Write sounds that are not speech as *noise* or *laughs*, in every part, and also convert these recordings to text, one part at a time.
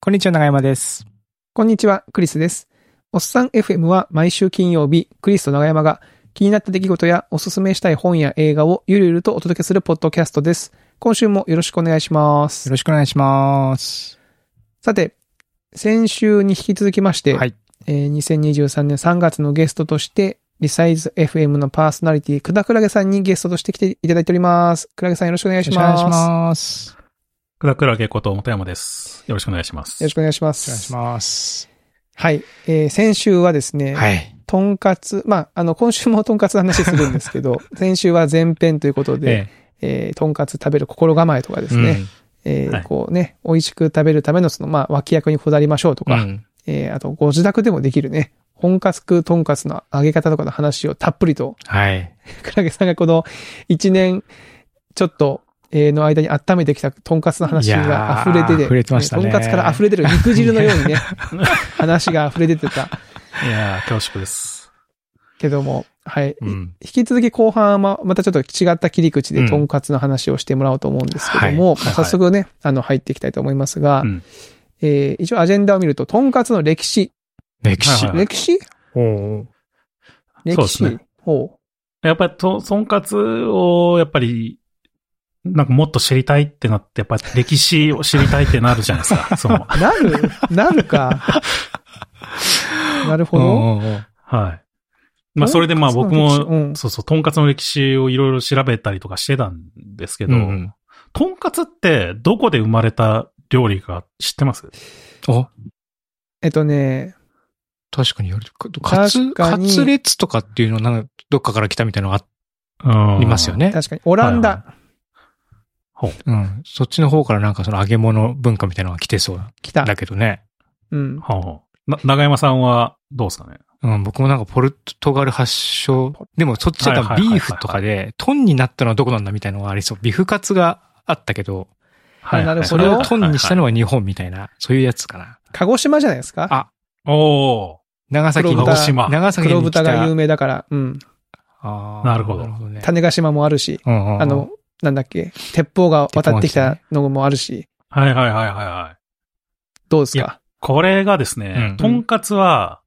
こんにちは、長山です。こんにちは、クリスです。おっさん FM は毎週金曜日、クリスと長山が気になった出来事やおすすめしたい本や映画をゆるゆるとお届けするポッドキャストです。今週もよろしくお願いしまよす。ろしくお願いします。さて、先週に引き続きまして、はい。えー2023年3月のゲストとして、リサイズ FM のパーソナリティ、くだくらげさんにゲストとして来ていただいております。くらげさんよろしくお願いしよろましす。くお願いします。くだくらげこと本山です。よろしくお願いします。よろしくお願いしまお願いしす。ます。はい。えー先週はですね、はい。とんかつ、まあ、あの、今週もとんかつの話するんです *laughs* けど、先週は前編ということで、ええーとんかつ食べる心構えとかですうんね、えーはいこうね、美味しく食べるためのその、まあ、脇役にこだわりましょうとうか、んえーあと、ご自宅でもできるね、本カツくとんかつの揚げ方とかの話をたっぷりと、 *laughs* はい。クラゲさんがこの1年ちょっと、えーの間に温めてきたとんかつの話いやがー溢れてて、溢れてましたねとんかつから溢れてる肉汁のよう *laughs* にね、話が溢れ出てたいやー、恐縮です。けども、はい。うん。引き続き後半はまたちょっと違った切り口うでんとんかつの話をしてもらおうと思うんですけども、はいはい早速ね、あの入っていきたいと思いますが、うんえー一応アジェンダを見ると、とんかつの歴史、歴史。はい歴史おうそう歴史ですねほやっぱりと、とんかつを、やっぱり、なんかもっと知りたいってなって、やっぱり歴史を知りたいってなるじゃないですか。その、う。なるなる *laughs* か。なるほど。おうおうおうはい。まあ、それでまあとん僕かつの歴史も、うんそうそう、とんかつの歴史をいろいろ調べたりとかしてたんですけど、うんとんかつってどこで生まれた料理か知ってますお、えっとね、確かによる。カツ、確かカにツレツとかっていうのなんかどっかから来たみたいなのがあありますよ。ね。確かに、オランはいダうん。そっちの方からなんかその揚げ物文化みたいなのが来てそう来た。だけどね。うん。はあはあ、な、長山さんはどうですかねうん、僕もなんかポルトガル発祥。でもそっちだったはらいはいビはいはーいフとかで、トンになったのはどこなんだみたいなのがありそう。ビーフカツがあったけど、はいなるほどそれをトンにしたのはは日本みたいな、そういうやつかな。鹿児島じゃないですかあいはいはい。お長崎に、黒豚長崎黒に来た豚が有名だから、うん。あーなるほどなるほどね。種子島もあるし、うんうんうんあの、、なんだっけ、鉄砲が渡ってきたのもあるし、ーはいはいはいはいはい。どうですいかこれがですね、うんとんかつは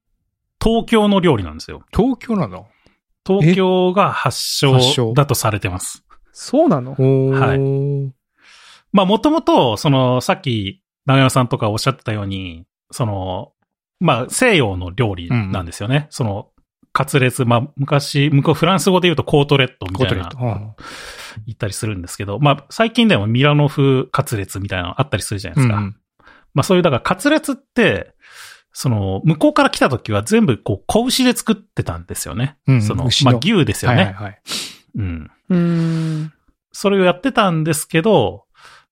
東京の料理なんですよ。東京なの東京が発発祥祥だとされてます。そうなのおはいい。まあもともと、その、さっき、長山さんとかおっしゃってたように、その、まあ西洋の料理なんですよね。その、カツレツ、まあ昔、向こうフランス語で言うとコートレットみコーたトいレなット。うん言ったりするんですけど、まあ最近でもミラノ風カツレツみたいなのあったりするじゃないですか。うんまあそういう、だから、カツレツって、その、向こうから来た時は全部、こう、子牛で作ってたんですよね。うんその、牛まのあ牛ですよはね、いはいはい。うん。うーん。それをやってたんですけど、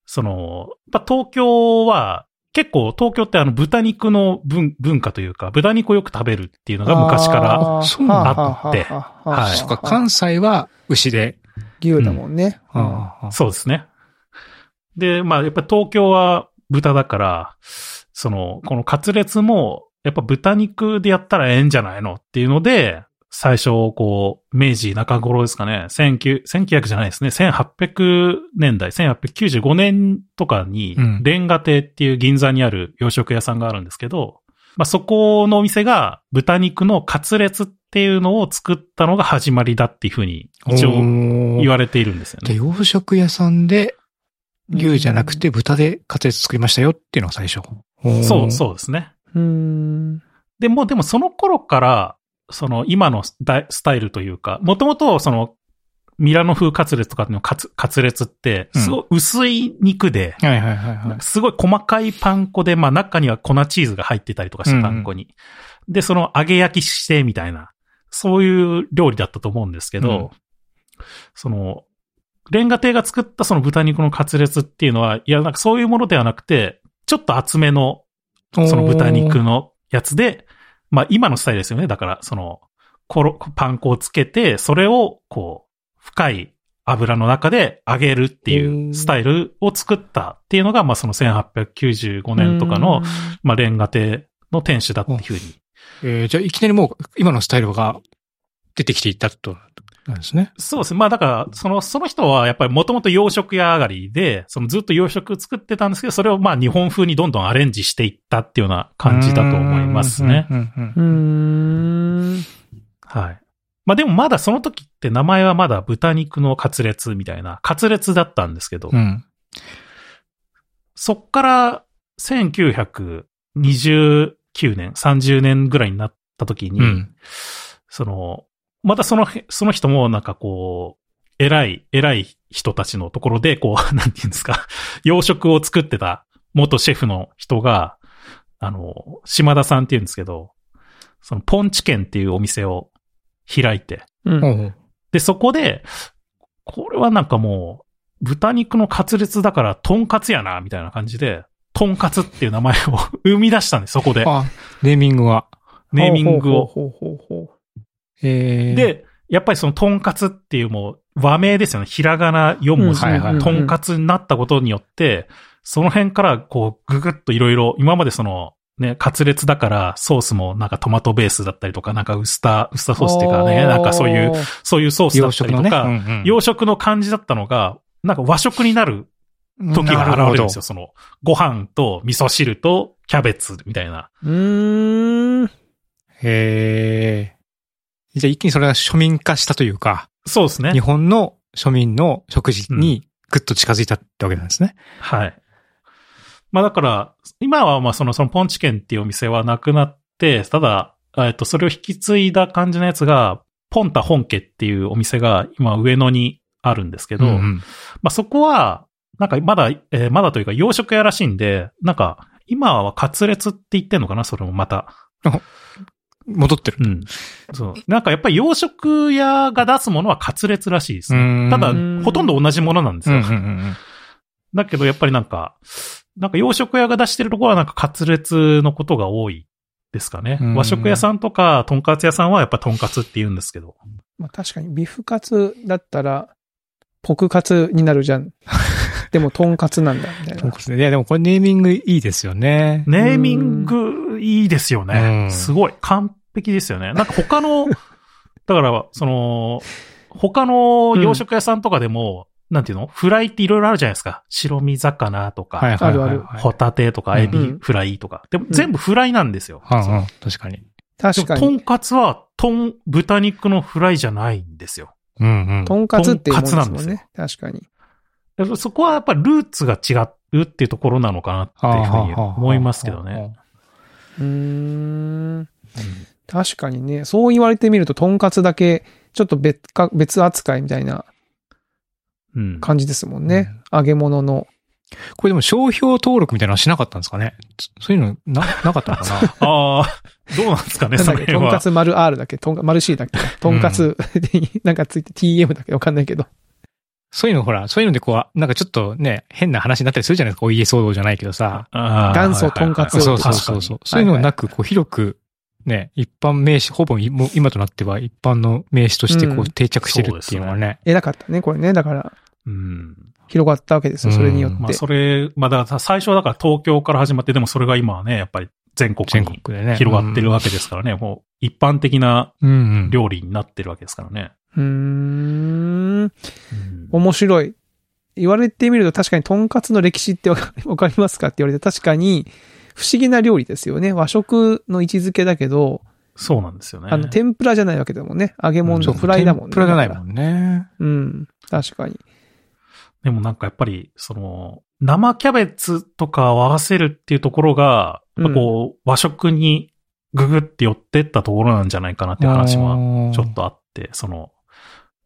その、やっぱ東京は、結構東京ってあの豚肉の文文化というか、豚肉をよく食べるっていうのが昔から、ーそうなんだはあはあはあはあはあはいそっか、関西は牛で。牛だもんね。うんそうですね。で、まあやっぱ東京は豚だから、その、このカツレツも、やっぱ豚肉でやったらええんじゃないのっていうので、最初、こう、明治中頃ですかね、19 1900じゃないですね、1800年代、1895年とかにうん、レンガ亭っていう銀座にある洋食屋さんがあるんですけど、まあ、そこのお店が豚肉のカツレツっていうのを作ったのが始まりだっていうふうに、一応言言われているんですよね。で、洋食屋さんで牛じゃなく。て豚でカツレツ作りましたよっていうのが最初。そう、う。そうですね。うーん。で、もうでもその頃から、その今のスタイスタイルというか、もともとその、ミラノ風カツレツとかのカツ、カツレツって、うんすごい薄い肉で、はいはいはいはい。すごい細かいパン粉で、まあ中には粉チーズが入ってたりとかして、パン粉に。で、その揚げ焼きしてみたいな、そういう料理だったと思うんですけど、その、レンガ亭が作ったその豚肉のカツレツっていうのは、いや、なんかそういうものではなくて、ちょっと厚めのその豚肉のやつで、まあ今のスタイルですよね。だから、その、コロ、パン粉をつけて、それを、こう、深い油の中で揚げるってういんうスタイルを作ったっていうのが、まあその1895年とかの、まあレンガ亭の店主だっていうふうに。えーじゃあいきなりもう今のスタイルが出てきていったと、なんですね。そうですね。まあだから、その、その人はやっぱりもともと洋食屋上がりで、そのずっと洋食作ってたんですけど、それをまあ日本風にどんどんアレンジしていったっていうような感じだと思いますね。うん。うんうんうーん。はい。まあでもまだその時って名前はまだ豚肉のカツレツみたいな、カツレツだったんですけど、うん。そっから1929年、30年ぐらいになった時に、うんその、またその、その人もなんかこう、偉い、偉い人たちのところで、こう、 *laughs* なんていうんですか、洋食を作ってた元シェフの人が、あの、島田さんっていうんですけど、そのポンチケンっていうお店を開いて、う。ほうんほうで、そこで、これはなんかもう、豚肉のカツレツだから、トンカツやな、みたいな感じで、トンカツっていう名前を *laughs* 生み出したんです、そこで。あ、ネーミングは。ネーミングを。ほうほうほうほうほえー、、で、やっぱりそのトンカツっていうもう和名ですよね。ひらがな4文字うんはいはいのトンカツになったことによって、その辺からこうググッといろいろ、今までそのね、カツレツだからソースもなんかトマトベースだったりとか、なんかウスター、ウスターうソースっていうかね、なんかそういう、。そういうソースだ洋った食りのとね。か、んん洋食の感じだったのが、なんか和食になる時が現れるんですよ。その、ご飯と味噌汁とキャベツみたいな。うーん。へえ。じゃあ一気にそれが庶民化したというか、そうです日ね。本の庶民の食事にぐっと近づいたってわけなんですね。はい。まあだから、今はまあその、そのポンチケンっていうお店はなくなって、ただ、えっと、それを引き継いだ感じのやつが、ポンタ本家っていうお店が今上野にあるんですけど、うんうんまあそこは、なんかまだ、えーまだというか洋食屋らしいんで、なんか、今はカツレツって言ってんのかなそれもまた。戻ってる。うん。そう。なんかやっぱり洋食屋が出すものはカツレツらしいですね。たただうん、ほとんど同じものなんですうんうよ。んうんだけどやっぱりなんか、なんか洋食屋が出してるところはなんかカツレツのことが多いですかねう。ん和食屋さんとか、とんかつ屋さんはやっぱとんかつって言うんですけど。まあ確かにビフカツだったら、ポクカツになるじゃ *laughs* ん。でも、トンカツなんだ、みたいそうなで。すね。いや、でもこれネーミングいいですよね。ネーミングいいですようね。んすごい。完璧ですよね。なんか他の、 *laughs* だから、その、他の洋食屋さんとかでも、なんていうのフライっていろいろあるじゃないですか。白身魚とか。はいはいはいはい。あるはホタテとかエうビんフライとか。でも全部フライなんですよ。うんうん確かに。確かでもとに。んかつは、とん、豚肉のフライじゃないんですよ。うんうん。トンカツっていうもんですとんもかんつなんね。確かに。やっぱそこはやっぱルーツが違うっていうところなのかなっていうふうに思いますけどね。うーん。確かにね。そう言われてみると、トンカツだけ、ちょっと別か、別扱いみたいなうん。感じですもんね。揚げ物の。これでも商標登録みたいなのはしなかったんですかねそそういうのな、 *laughs* なかったのかなああ、どうなんですかね、なんだそっのけ辺とんかは。つ丸 R だっけとんか丸 C だっけとんかつ、 *laughs* なんかついて TM だっけわかんないけど。そういうのほら、そういうのでこう、なんかちょっとね、変な話になったりするじゃないですか。お家騒動じゃないけどさ。あー元祖とんかつそうをそうはいはいはいそうそう。かにそういうのがなく、こう、広く、ね、一般名詞、ほぼいもう今となっては一般の名詞としてこうんう定着してるっていうのはね。えなかったね、これね。だから、うん。広がったわけですよ。それによって。うんまあそれ、まあだから最初はだから東京から始まって、でもそれが今はね、やっぱり全国全に国でね。広がってるわけですからね、もう一般的なうんうん。料理になってるわけですからね。うーん。うん面白い。言われてみると確かにとんかつの歴史ってわか *laughs* わかりますかって言われて確かに不思議な料理ですよね。和食の位置づけだけど、そうなんですよね。あの、天ぷらじゃないわけだもんね。揚げ物そのうフライだもん天ね。ぷらじゃないもん。んね。うん。確かに。でもなんかやっぱり、その、生キャベツとかを合わせるっていうところが、やっぱこう、和食にググって寄ってったところなんじゃないかなっていう話ももちょっ。とあって、その、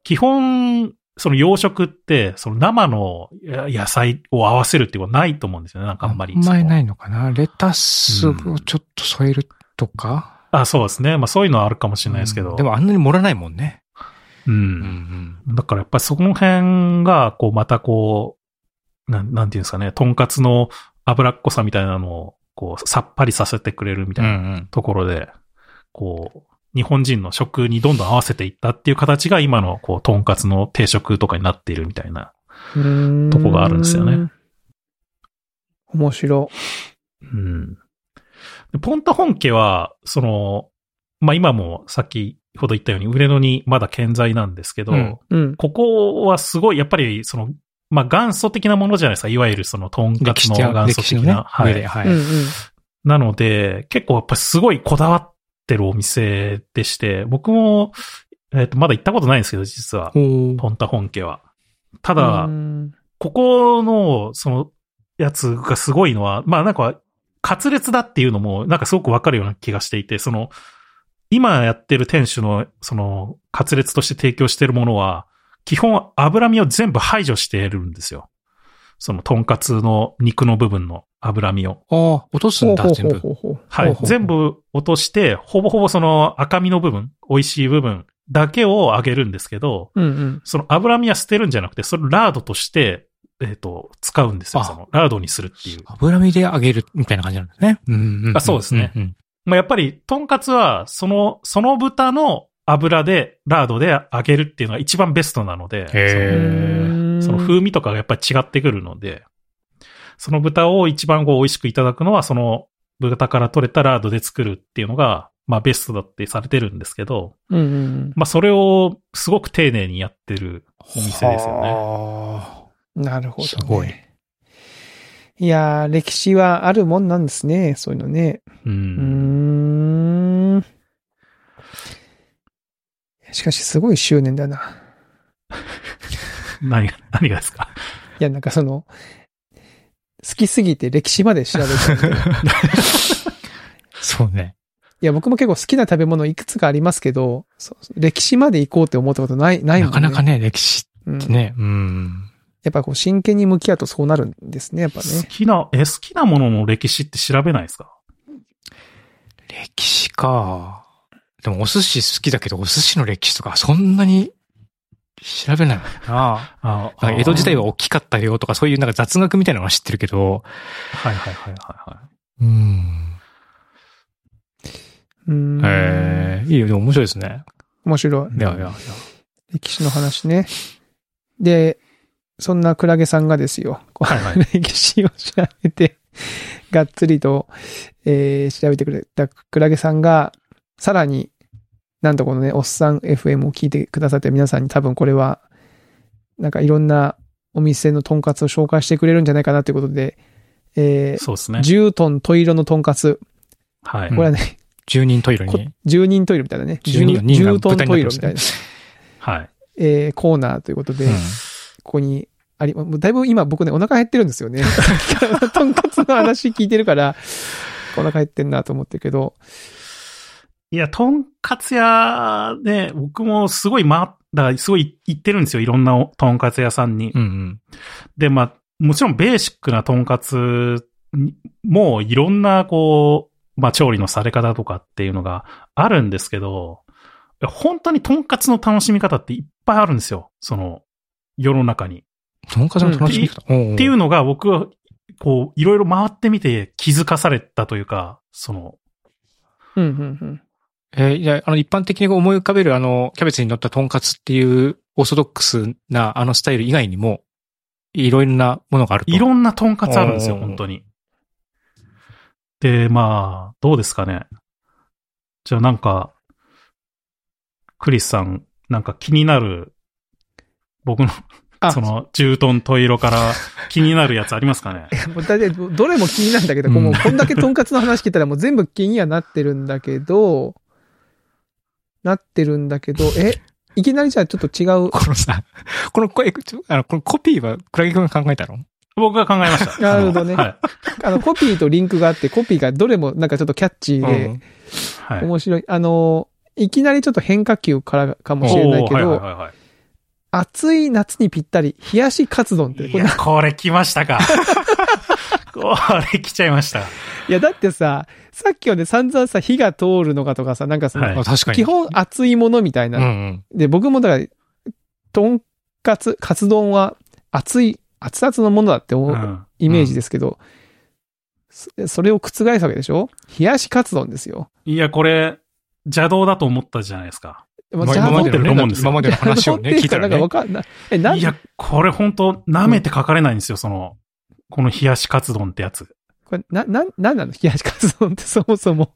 基本、その洋食って、その生のや野菜を合わせるっていうのはないと思うんですよね、なんかあんまり。。あんまりないいのかな。レタスをちょっと添えるとか。あ、そうですね。まあそういうのはあるかもしれないですけど。でもあんなに盛らないもんね。うん、うんだからやっぱりそこの辺が、こう、またこう、なん、なんていうんですかね、とんかつの脂っこさみたいなのを、こう、さっぱりさせてくれるみうたん。いうなんところで、こう、日本人の食にどんどん合わせていったっていう形が今の、こう、とんかつの定食とかになっているみたいな。うーんとこがあるんですよね。面白。うん。でポンタ本家は、その、まあ、今もさっきほど言ったように、売れ野にまだ健在なんですけど、うんうん。ここはすごい、やっぱり、その、まあ、元祖的なものじゃないですか。いわゆるその、とんか歴つ史の的な、元祖歴史的のな。ね、は上でい。はうんうんい。。なので、結構やっぱりすごいこだわってるお店でして、僕も、えっ、と、まだ行ったことないんですけど、実は。おポンタ本家は。たただ、ここの、その、やつがすごいのは、まあなんか、滑裂だっていうのも、なんかすごくわかるような気がしていて、その、今やってる店主の、その、滑裂として提供してるものは、基本脂身を全部排除してるんですよ。その、とんかつの肉の部分の脂身を。ああ、落とすんだ、全部。ほうほうほうほうはほういほ。う全部落として、ほぼほぼその赤身の部分、美味しい部分だけを揚げるんですけど、うんうん。その脂身は捨てるんじゃなくて、それをラードとして、えっ、と、使うんですよ。あその、ラードにするっていう。油身で揚げるみたいな感じなんですね。うんんんあそうですね。んんまあ、やっぱり、とんかつは、その、その豚の油で、ラードで揚げるっていうのが一番ベストなので、へーそのその風味とかがやっぱり違ってくるので、その豚を一番こう美味しくいただくのは、その豚から取れたラードで作るっていうのが、まあベストだってされてるんですけど、うんうんまあそれをすごく丁寧にやってるお店ですよね。はうん。なるほど、ね。すごい。いやー、歴史はあるもんなんですね。そういうのね。ううーん。ん。しかし、すごい執念だな。何が、何がですかいや、なんかその、好きすぎて歴史まで調べ *laughs* て。いあそうね。や、僕も結構好きな食べ物いくつかありますけど、そう歴史まで行こうって思ったことない、ないもなんね。かなかね、歴史うんってね。うん。やっぱこう真剣に向き合うとそうなるんですね、やっぱね好。きな、え、好きなものの歴史って調べないですか歴史か。でもお寿司好きだけど、お寿司の歴史とかそんなに調べないもんな。なあんか江戸時代は。は大きかったよとか、そういうなんか雑学みたいなのは知ってるけど。はいはいはいはいはい。うん。うーん。へえ、いいよ、でも面白いですね。面白い。いやいやいや。歴史の話ね。で、そんなクラゲさんがですよ、こうはいはい。歴史を調べて、がっつりと、えー調べてくれたクラゲさんが、さらに、なんとこのね、おっさん FM を聞いてくださってる皆さんに多分これは、なんかいろんなお店のとんかつを紹介してくれるんじゃないかなということで、えそうですーね。 10トントイロのとんかつ。はい。これはね、十人トイレこに。 10人トイロみたいなね。 10人人が10豚になトントっイてロまみすたいねな、はい。えーコーナーということで、ここにあり、もうだいぶ今僕ね、お腹減ってるんですよね。 *laughs* とんかつの話聞いてるから、お腹減ってんなと思ってるけど。いや、とんかつ屋ね、僕もすごい回っ、だからすごい行ってるんですよ。いろんなおとんかつ屋さんに。うん。うんで、まあ、もちろんベーシックなとんかつにもういろんな、こう、まあ、調理のされ方とかっていうのがあるんですけど、いや本当にとんかつの楽しみ方っていっぱいあるんですよ。その、世の中に。とんかつの楽しみ方。っっていううのが僕は、こう、いろいろ回ってみて気づかされたというか、その、うん、うん、えーいや、あの、一般的に思い浮かべる、あの、キャベツに乗ったとんかつっていう、オーソドックスな、あのスタイル以外にも、いろいろなものがあると。いろんなとんかつあるんですよ、おー本当に。で、まあ、どうですかね。じゃあなんか、クリスさん、なんか気になる、僕の、あその、重トントイロから気になるやつあります *laughs* かね。うん。もう大体、どれも気になるんだけど、うんこうもうこんだけとんかつの話聞いたらもう全部気にはなってるんだけど、なってるんだけど、え、いきなりじゃあちょっと違う。このさ、この声、ちょあの、このコピーはクラゲ君が考えたの僕が考えました。なるほどねはい。あの、コピーとリンクがあって、コピーがどれもなんかちょっとキャッチーで、うんはい。面白い。あの、いきなりちょっと変化球からかもしれないけおーはいど、はいはいはい暑い夏にぴったり、冷やしカツ丼って。いこれなや、これ来まし *laughs* たか。これ来ちゃいました。いや、だってさ、さっきはね、散々さ、火が通るのかとかさ、なんかその、はいあ確かに。基本熱いものみたいうんな。うん。で、僕もだから、とんかつ、カツ丼は熱い、熱々のものだって思う。うんイメージですけど、そそれを覆すわけでしょ冷やしカツ丼ですよ。いや、これ、邪道だと思ったじゃないですか。ままあじゃあ今までの思ってると思うねんですよ今までの話をね、聞いたらなんかねわ。かんない。え、なんいや、これ本当舐めて書かれないんですよ、その、この冷やしカツ丼ってやつ。これ、な、な、なんなの冷やしカツ丼ってそもそも。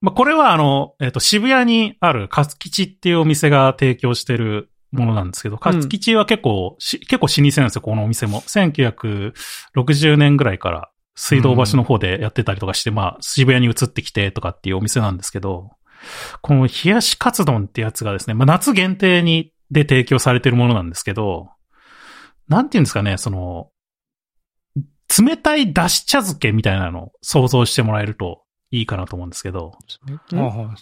まあ、これはあの、えっ、と、渋谷にあるカツ吉っていうお店が提供してるものなんですけど、カツ吉は結構、し結構老舗なんですよ、このお店も。1960年ぐらいから水道橋の方でやってたりとかして、まあ、渋谷に移ってきてとかっていうお店なんですけど、この冷やしカツ丼ってやつがですね、まあ、夏限定に、で提供されてるものなんですけど、なんていうんですかね、その、冷たいだし茶漬けみたいなのを想像してもらえるといいかなと思うんですけど、ああ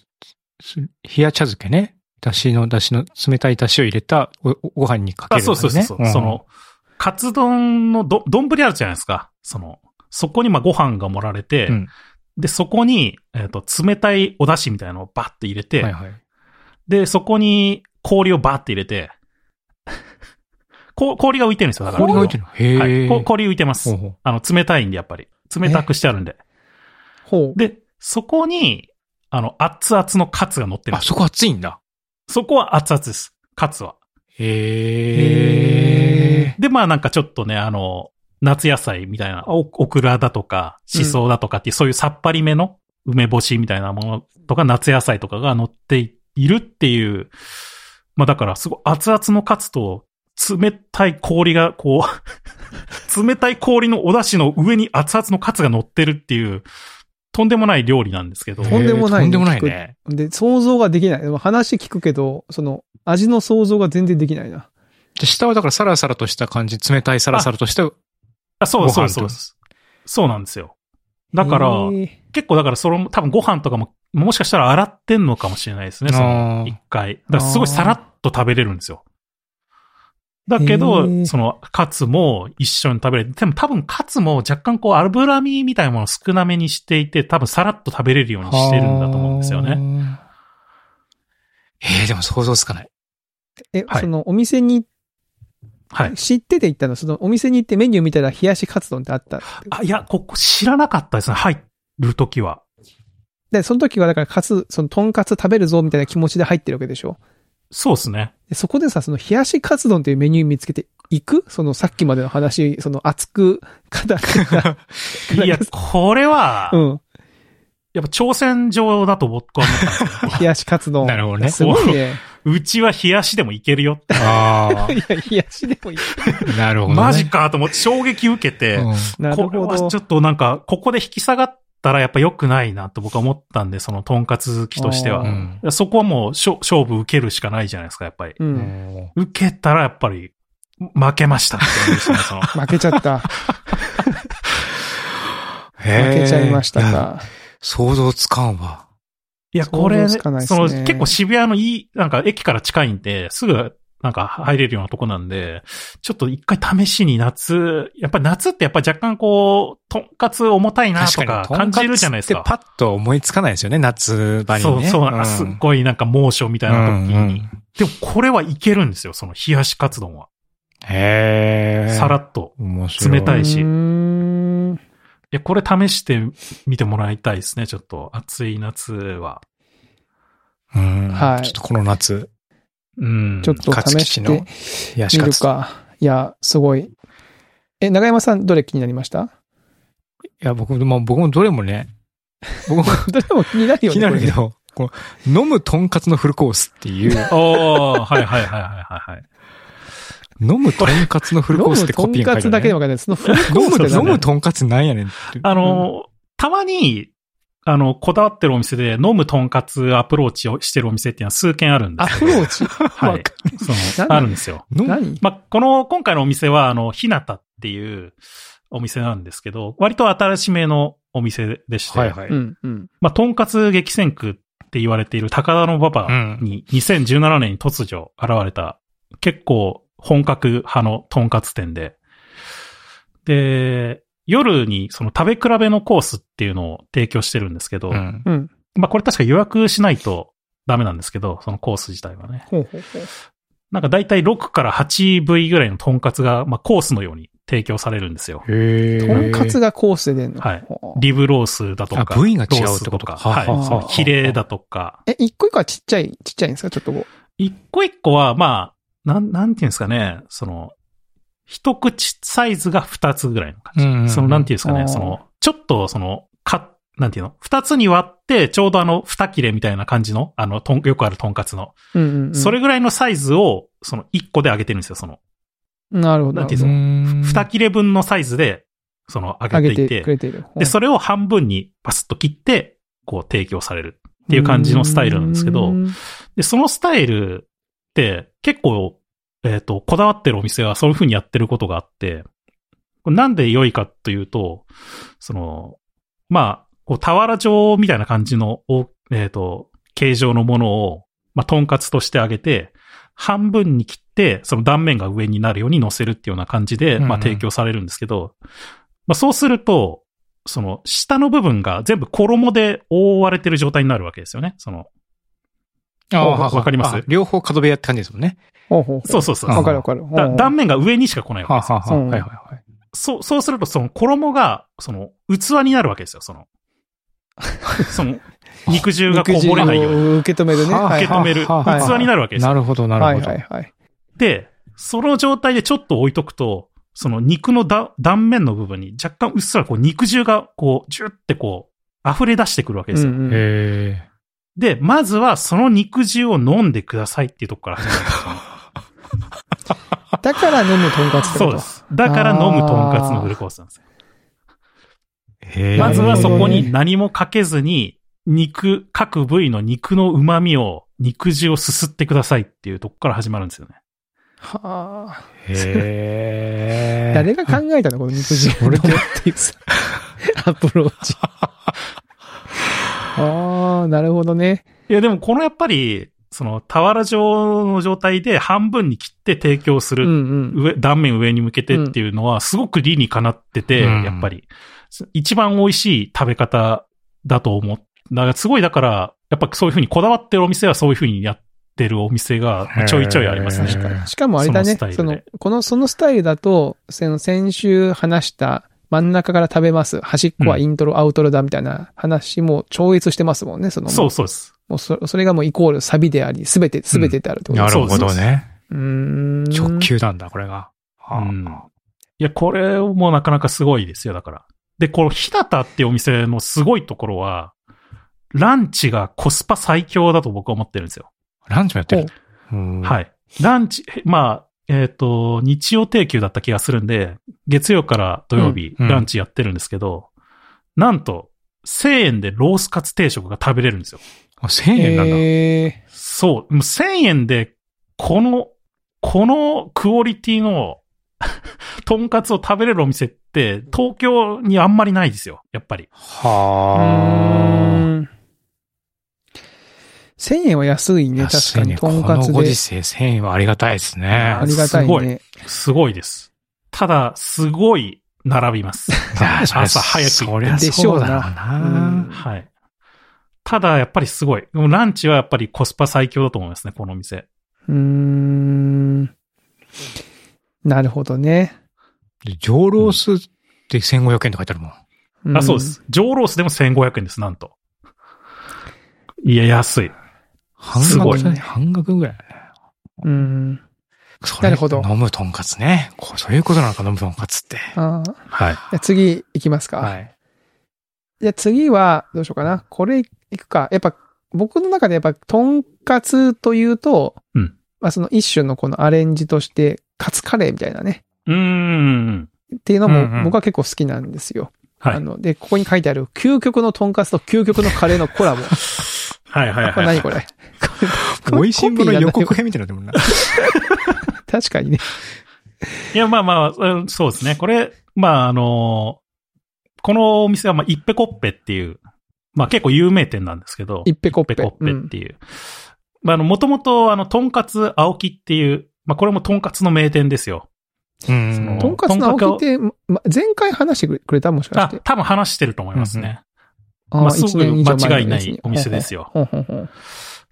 す冷や茶漬けね。だしの、だしの、冷たいだしを入れたおおご飯にかけある、ね。そうそうそうそう、そ、の、カツ丼のど、丼あるじゃないですか。その、そこにまあご飯が盛られて、うんで、そこに、えっ、と、冷たいお出汁みたいなのをバッて入れて、はいはい。で、そこに氷をバーって入れて、こ氷が浮いてるんですよ、だから。氷が浮いてるのへはいえ。こ。氷浮いてますほう。ほうあの、冷たいんで、やっぱり。冷たくしてあるんで。ほう。で、そこに、あの、熱々のカツが乗ってるあ、んですそこ熱いんだ。そこは熱々です。カツは。へえ。で、まあなんかちょっとね、あの、夏野菜みたいな、おオクラだとか、シソだとかっていう、そういうさっぱりめの梅干しみたいなものとか、夏野菜とかが乗っているっていう、まあだから、すごい熱々のカツと、冷たい氷が、こう、 *laughs* 冷たい氷のお出汁の上に熱々のカツが乗ってるっていう、とんでもない料理なんですけど、とんでもないとんでもないね。で、想像ができない。でも話聞くけど、その、味の想像が全然できないな。じゃあ下はだからサラサラとした感じ、冷たいサラサラとした、あそうそうごそう飯と。そうなんですよ。だから、へー結構だからそれも多分ご飯とかももしかしたら洗ってんのかもしれないですね、そあのー一回。だからすごいさらっと食べれるんですよ。だけへーど、そのカツも一緒に食べれる。でも多分カツも若干こう脂身みたいなものを少なめにしていて、多分さらっと食べれるようにしてるんだと思うんですよね。ね。ええ、でも想像つかない。え、はいその、お店に、はい。知ってて行ったのその、お店に行ってメニュー見たら冷やしカツ丼ってあった。あ、いや、ここ知らなかったですね、入るときは。で、その時はだからカツ、その、とんかつ食べるぞみたいな気持ちで入ってるわけでしょそうで *laughs* すね。でそこでさ、その、冷やしカツ丼っていうメニュー見つけていくその、さっきまでの話、その、熱く語った。いや、これは、 *laughs* うん。やっぱ挑戦状だと僕は思ったんです *laughs* よ。冷やしカツ丼。なるほどねすごいね。うちは冷やしでもいけるよって。あいや、冷やしでもいい。あ、 *laughs* なるほど、ね。マジかと思って衝撃受けて、うんなるこほれはどちょ。っとなんか、ここで引き下がったらやっぱ良くないなと僕は思ったんで、そのトンカツ好きとしてうは。ん。そこはもう勝勝負受けるしかないじゃないですか、やっぱり。うん。受けたらやっぱり、負けました *laughs* って感じでしたね、その負けちゃった。負負けちゃいました。か。想像つかんわ。いや、これ、想像つかないですそねの結構渋谷のいい、なんか駅から近いんで、すぐ、なんか入れるようなとこなんで、ちょっと一回試しに夏、やっぱり夏ってやっぱ若干こう、とんかつ重たいなとか感じるじゃないですか。パッと思いつかないですよね、夏場にね。そうそう、んすっごいなんか猛暑みたいな時に。うんうんでもこれはいけるんですよ、その冷やしカツ丼は。へえ。さらっと。面白い。冷たいしうーん。いや、これ試してみてもらいたいですね、ちょっと。暑い夏は。うん。はいちょっとこの夏、うん。ちょっと試勝吉しての冷やし見カるツ。いか。いや、すごい。え、長山さん、どれ気になりました *laughs* や、僕も、まあ僕もどれもね、 *laughs* 僕もどれも気になる気よね。になるけこど、この飲むとんかつのフルコースって *laughs* いう、おー、はいはいはいはい *laughs* はいはい。飲むとんかつのフれルねコースってコピー飲むとんがか書ついてあだけるねでわかんない。そのフルコー飲スってむ、飲何むとんかつなんやねんって。あのー、たまに、あの、こだわってるお店で飲むとんかつアプローチをしてるお店っていうのは数軒あるん *laughs* でアすプロー *laughs* チ。はわいか。その、何あるんですよ。飲む何まあ、この、今回のお店は、あの、ひなたっていうお店なんですけど、割と新しめのお店でして、はいはい。うん、うん。まあ、とんかつ激戦区って言われている高田の馬場に2017年に突如現れた、結構本格派のとんかつ店で、で、夜にその食べ比べのコースっていうのを提供してるんですけど、うんうん。まあ、これ確か予約しないとダメなんですけど、そのコース自体はね。ほうほうほう。なんか大体6から8部位ぐらいのトンカツが、まあ、コースのように提供されるんですよ。へとんかつが。がコースで出んのはいほうリブロースだとか。あ部位が違うロースってことかとはいはあはあ。そのヒレだとか。え、一個一個はちっちゃい、ちっちゃいんですかちょっとこう。一個一個は、まあ、なん、なんていうんですかね、その、一口サイズが2つぐらいの感じ。うんうんうんその、なんていうんですかあね、ーその、ちょっと、その、カッなんていうの二つに割って、ちょうどあの、二切れみたいな感じの、あの、とんよくあるトンカツの。うんうんうんそれぐらいのサイズを、その、一個で揚げてるんですよ、その。なるほど。なんていうなるん二切れ分のサイズで、その、ほど揚上げてげいててく。れている。で、それを半分にパスッと切って、こう、提供されるっていう感じのスタイルなんですけどう、んで、そのスタイルって結構、えっ、と、こだわってるお店はそういう風にやってることがあって、これなんで良いかというと、その、まあ、こう、俵状みたいな感じの、おえっ、と、形状のものを、まあ、トンカツとしてあげて、半分に切って、その断面が上になるように乗せるっていうような感じで、うんうまあ、ん提供されるんですけど、まあ、そうすると、その、下の部分が全部衣で覆われてる状態になるわけですよね。その、ああ、わわかりますあ両方角部屋って感じですもんね。ほうほうほうそうそうそう。わかるわかる。だほうほう断面が上にしか来ないわけはあ、ですはあはあ、よ。うんはいはいはい。そう、そうすると、その衣が、その、器になるわけですよ、その。その、肉汁がこぼれないよう肉汁に。を受け止めるね。はあはい受け止める。器はあはあはあになるわけですよ。なるほど、なはいるほど。はいはい。で、その状態でちょっと置いとくと、その肉のだ断面の部分に若干うっすらこう肉汁がこう、ジュってこう、溢れ出してくるわけですよ。うんうんへえ。で、まずはその肉汁を飲んでくださいっていうとこから始まるんですよね。だから飲むとんかつってこそとうで。す。だから飲むとんかつのフルコースなんですよへえまずはそこにえ何もかけずに、肉、各部位の肉の旨味を、肉汁をすすってくださいっていうとこから始まるんですよね。はあ。へ *laughs* え。誰が考えたのこの肉汁を飲むっていうさ、アプローチ。 *laughs* ああ、なるほどね。いや、でもこのやっぱり、その、俵状の状態で半分に切って提供すうんうん。る、上断面上に向けてっていうのは、すごく理にかなってて、うんやっぱり、一番美味しい食べ方だと思う。だからすごい、だから、やっぱそういうふうにこだわってるお店はそういうふうにやってるお店がちょいちょいありますね。へーしかもあれだね、そのスタイルでその、この、そのスタイルだと、その先週話した真ん中から食べます、端っこはイントロ、アウトロだみたいな話も超越してますもんね、その。そうそうです。もうそそれがもうイコールサビであり、すべて、すべてであるってことなです。るほどね。うーん。直球なんだ、これが。はあうんいや、これもなかなかすごいですよ、だから。で、この日向っていうお店のすごいところは、ランチがコスパ最強だと僕は思ってるんですよ。ランチもやってる。うん。はいい。ランチ、えまあ、えっ、と、日曜定休だった気がするんで、月曜から土曜日、うんランチやってるんですけど、なんと、1000円でロースカツ定食が食べれるんですよ。あ1000円なんだ。えそう。もう1000円で、この、このクオリティの、 *laughs* とんかつを食べれるお店って、東京にあんまりないですよ。やっぱり。ーうはーん。1000円は安いあ。ね、確か安いに。ねとんかこつのごで時。世1000円はありがたいですねあ。りがたいすごね。すごいです。ただ、すごい並びます。朝早く行そっりて。ゃそうだろううな。んはい。ただ、やっぱりすごい。でもランチはやっぱりコスパ最強だと思いますね、このお店。うーん。なるほどね。で上ロースって1500円って書いてあるもん。んあ、そうで。す。上ロースでも1500円です、なんと。いや、安い。半すご額いだね。半額ぐらいだね。うん。それなるほど飲むとんかつね。こうそういうことなのか、飲むとんかつって。あーじはい。ゃあ次行きますか。はい。じゃあ次は、どうしようかな。これ行くか。やっぱ、僕の中でやっぱ、とんかつというと、うんまあその一種のこのアレンジとして、カツカレーみたいなね。うーん。っていうのうんうんも僕は結構好きなんですよ。はいあ。の、で、ここに書いてある、究極のとんかつと究極のカレーのコラボ。はいはいはい。これ何これこ *laughs* れ美味しいもの予告コピー編みたいになってるもんな。なんだよ確かにね。いや、まあまあ、うんそうですね。これ、まああの、このお店は、まあ、いっぺこっぺっていう、まあ結構有名店なんですけど、いっぺこっぺいっぺこっぺっていう。まああの、もともと、あの、とんかつ青木っていう、まあこれもとんかつの名店ですよ。ううんんとんかつの青木って、ま前回話してくれたもしかあして、。多分話してると思いますね。あまあーす一ぐ年以上前の間違いやなつにいお店ですよ。ほんほんほんほん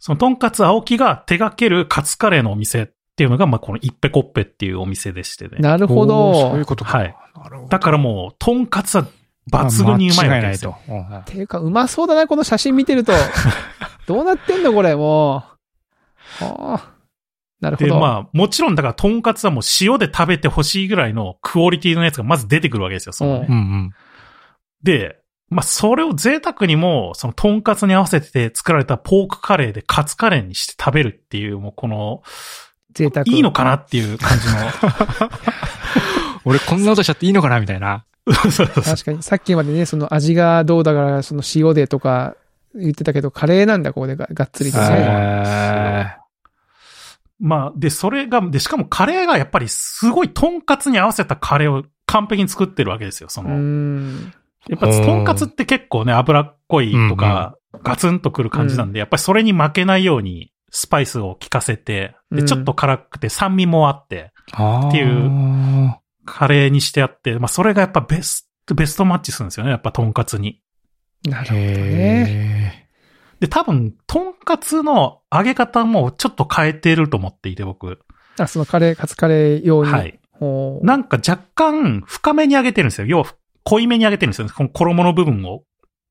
そのとんかつ青木が手掛けるカツカレーのお店っていうのが、まあこのいっぺこっぺっていうお店でしてね。なるほおーそういどう。ことか。はいなるほど。だからもう、とんかつは抜群にうまいわけですよ。間違いないていうか、うまそうだな、この写真見てると。どうなってんのこれ、もう。ああ。なるほで、ど。まあ、もちろんだから、とんかつはもう塩で食べてほしいぐらいのクオリティのやつがまず出てくるわけですよ、そのねとうんうん。で、まあ、それを贅沢にも、その、トンカツに合わせて作られたポークカレーでカツカレーにして食べるっていう、もうこの、贅沢。いいのかなって *laughs* いう *laughs* 感じ俺こんなことしちゃっていいのかなみたいな。の。そうそうそう確かに。さっきまでね、その味がどうだから、その塩でとか言ってたけど、カレーなんだ、ここでががっつりとうね。えまあ、で、それが、で、しかもカレーがやっぱりすごいトンカツに合わせたカレーを完璧に作ってるわけですよ。そうの、ん。やっぱトンカツって結構ね、脂っこいとか、ガツンとくる感じなんで、やっぱりそれに負けないように、スパイスを効かせて、うで、んちょっと辛くて酸味もあって、ーっていうあカレーにしてあって、まあ、それがやっぱベスト、ベストマッチするんですよね、やっぱトンカツに。なーるほどね。で、多分、トンカツの揚げ方もちょっと変えてると思っていて、僕。あ、そのカレー、カツカレー用に。はい。ほう。なんか若干深めに揚げてるんですよ。要は濃いめに揚げてるんですよね。この衣の部分を、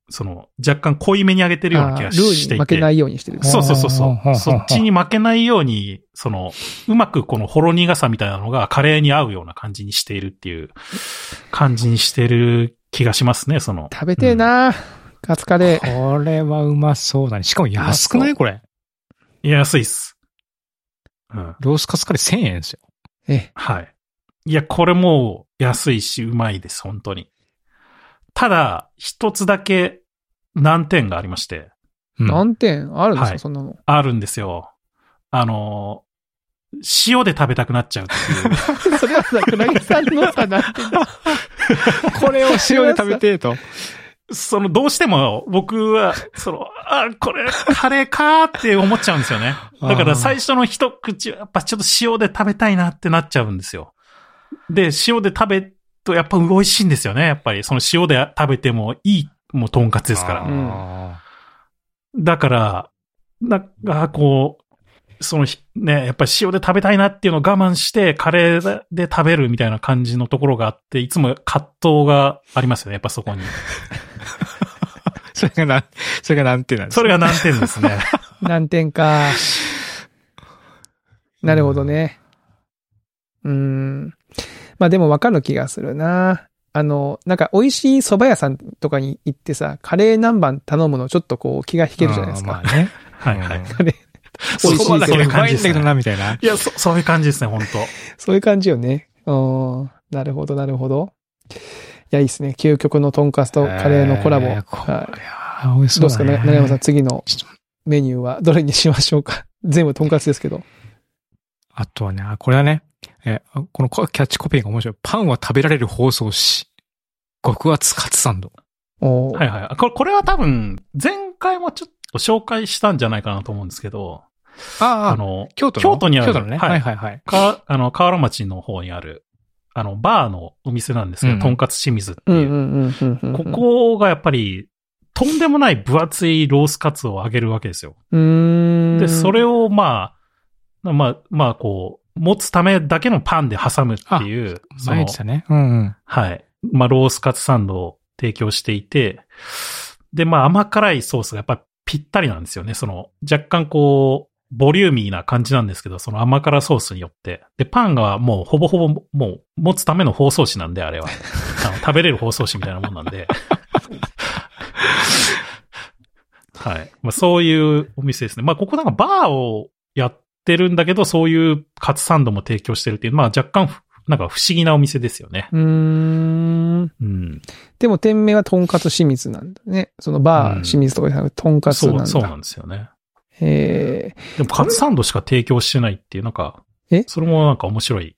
その、若干濃いめに揚げてるような気があルーしてにい負けて。ないようにしてる。そうそうそうほうほうほそうほう。うそっちに負けないように、その、うまくこのほろ苦さみたいなのがカレーに合うような感じにしているっていう感じにしてる気がしますね、その。食べてえな、カツカレー。これはうまそうだね。しかも安くなういこれ。いや安いっす。うん。ロースカツカレー1000円ですよ。えはい。いや、これもう安いし、うまいです、本当に。ただ、一つだけ難点がありまして、うえ、ん何点あるんですか、はいそん *laughs* なの。あるんですよ。あのー、塩で食べたくなっちゃうってそれはさ、くらげさんのさ、なんていう *laughs* のこれを塩で食べてえと。いう。その、どうしても僕は、その、あ、これ、カレーかーって思っちゃうんですよね。だから最初の一口は、やっぱちょっと塩で食べたいなってなっちゃうんですよ。で、塩で食べると、やっぱ美味しいんですよね、やっぱり。その塩で食べてもいい、もう、とんかつですから。ら。だから、なんか、こう、そのひ、ね、やっぱり塩で食べたいなっていうのを我慢して、カレーで食べるみたいな感じのところがあって、いつも葛藤がありますよね、やっぱそこに。それがなん、それがなんてなんですそれが難 *laughs* 点ですね。何点か。なるほどね。うん。まあでもわかる気がするな。あの、なんか美味しい蕎麦屋さんとかに行ってさ、カレー南蛮頼むのちょっとこう気が引けるじゃないですか。あーまあね。はいはい。カレーそ美味しこいだだけけのうま感じいんだですけどね。な、みたいな。いや、そ、そういう感じですね、本当 *laughs* そういう感じよね。うん。なるほど、なるほど。いや、いいですね。究極のトンカツとカレーのコラボ。えーこれはは美味しそい、どううですだか、ね。ね、長山さん、次のちょっとメニューはどれにしましょうか *laughs* 全部トンカツですけど。あとはね、あこれはね、えーこのこキャッチコピーが面白い。パンは食べられる包装紙。極厚カツサンド。おーはいはい。これ、これは多分、前回もちょっと紹介したんじゃないかなと思うんですけど、あああ、の、京都の京都にあ京る都のね。ははいいはいはい。か、あの、河原町の方にある、あの、バーのお店なんですけど、うんとんかつ清水ってうんいう。んううんうんうん。ここがやっぱり、とんでもない分厚いロースカツを揚げるわけですよ。うーん。で、それをまあ、まあ、まあこう、持つためだけのパンで挟むっていう、そ前言のってたね。うんうん。はい。まあ、ロースカツサンドを提供していて、で、まあ甘辛いソースがやっぱりぴったりなんですよね。その、若干こう、ボリューミーな感じなんですけど、その甘辛ソースによって。で、パンがもうほぼほぼもう持つための包装紙なんで、あれは。あの食べれる包装紙みたいなもんなんで。はい。まあそういうお店ですね。まあここなんかバーをやってるんだけど、そういうカツサンドも提供してるっていう、まあ若干ふ、なんか不思議なお店ですよね。うーん。うん。でも店名はトンカツ清水なんだね。そのバーうん清水とかじゃなくてトンカツそなんだ。う、そうなんですよね。へーでもカツサンドしか提供してないっていう、なんか、えそれもなんか面白い。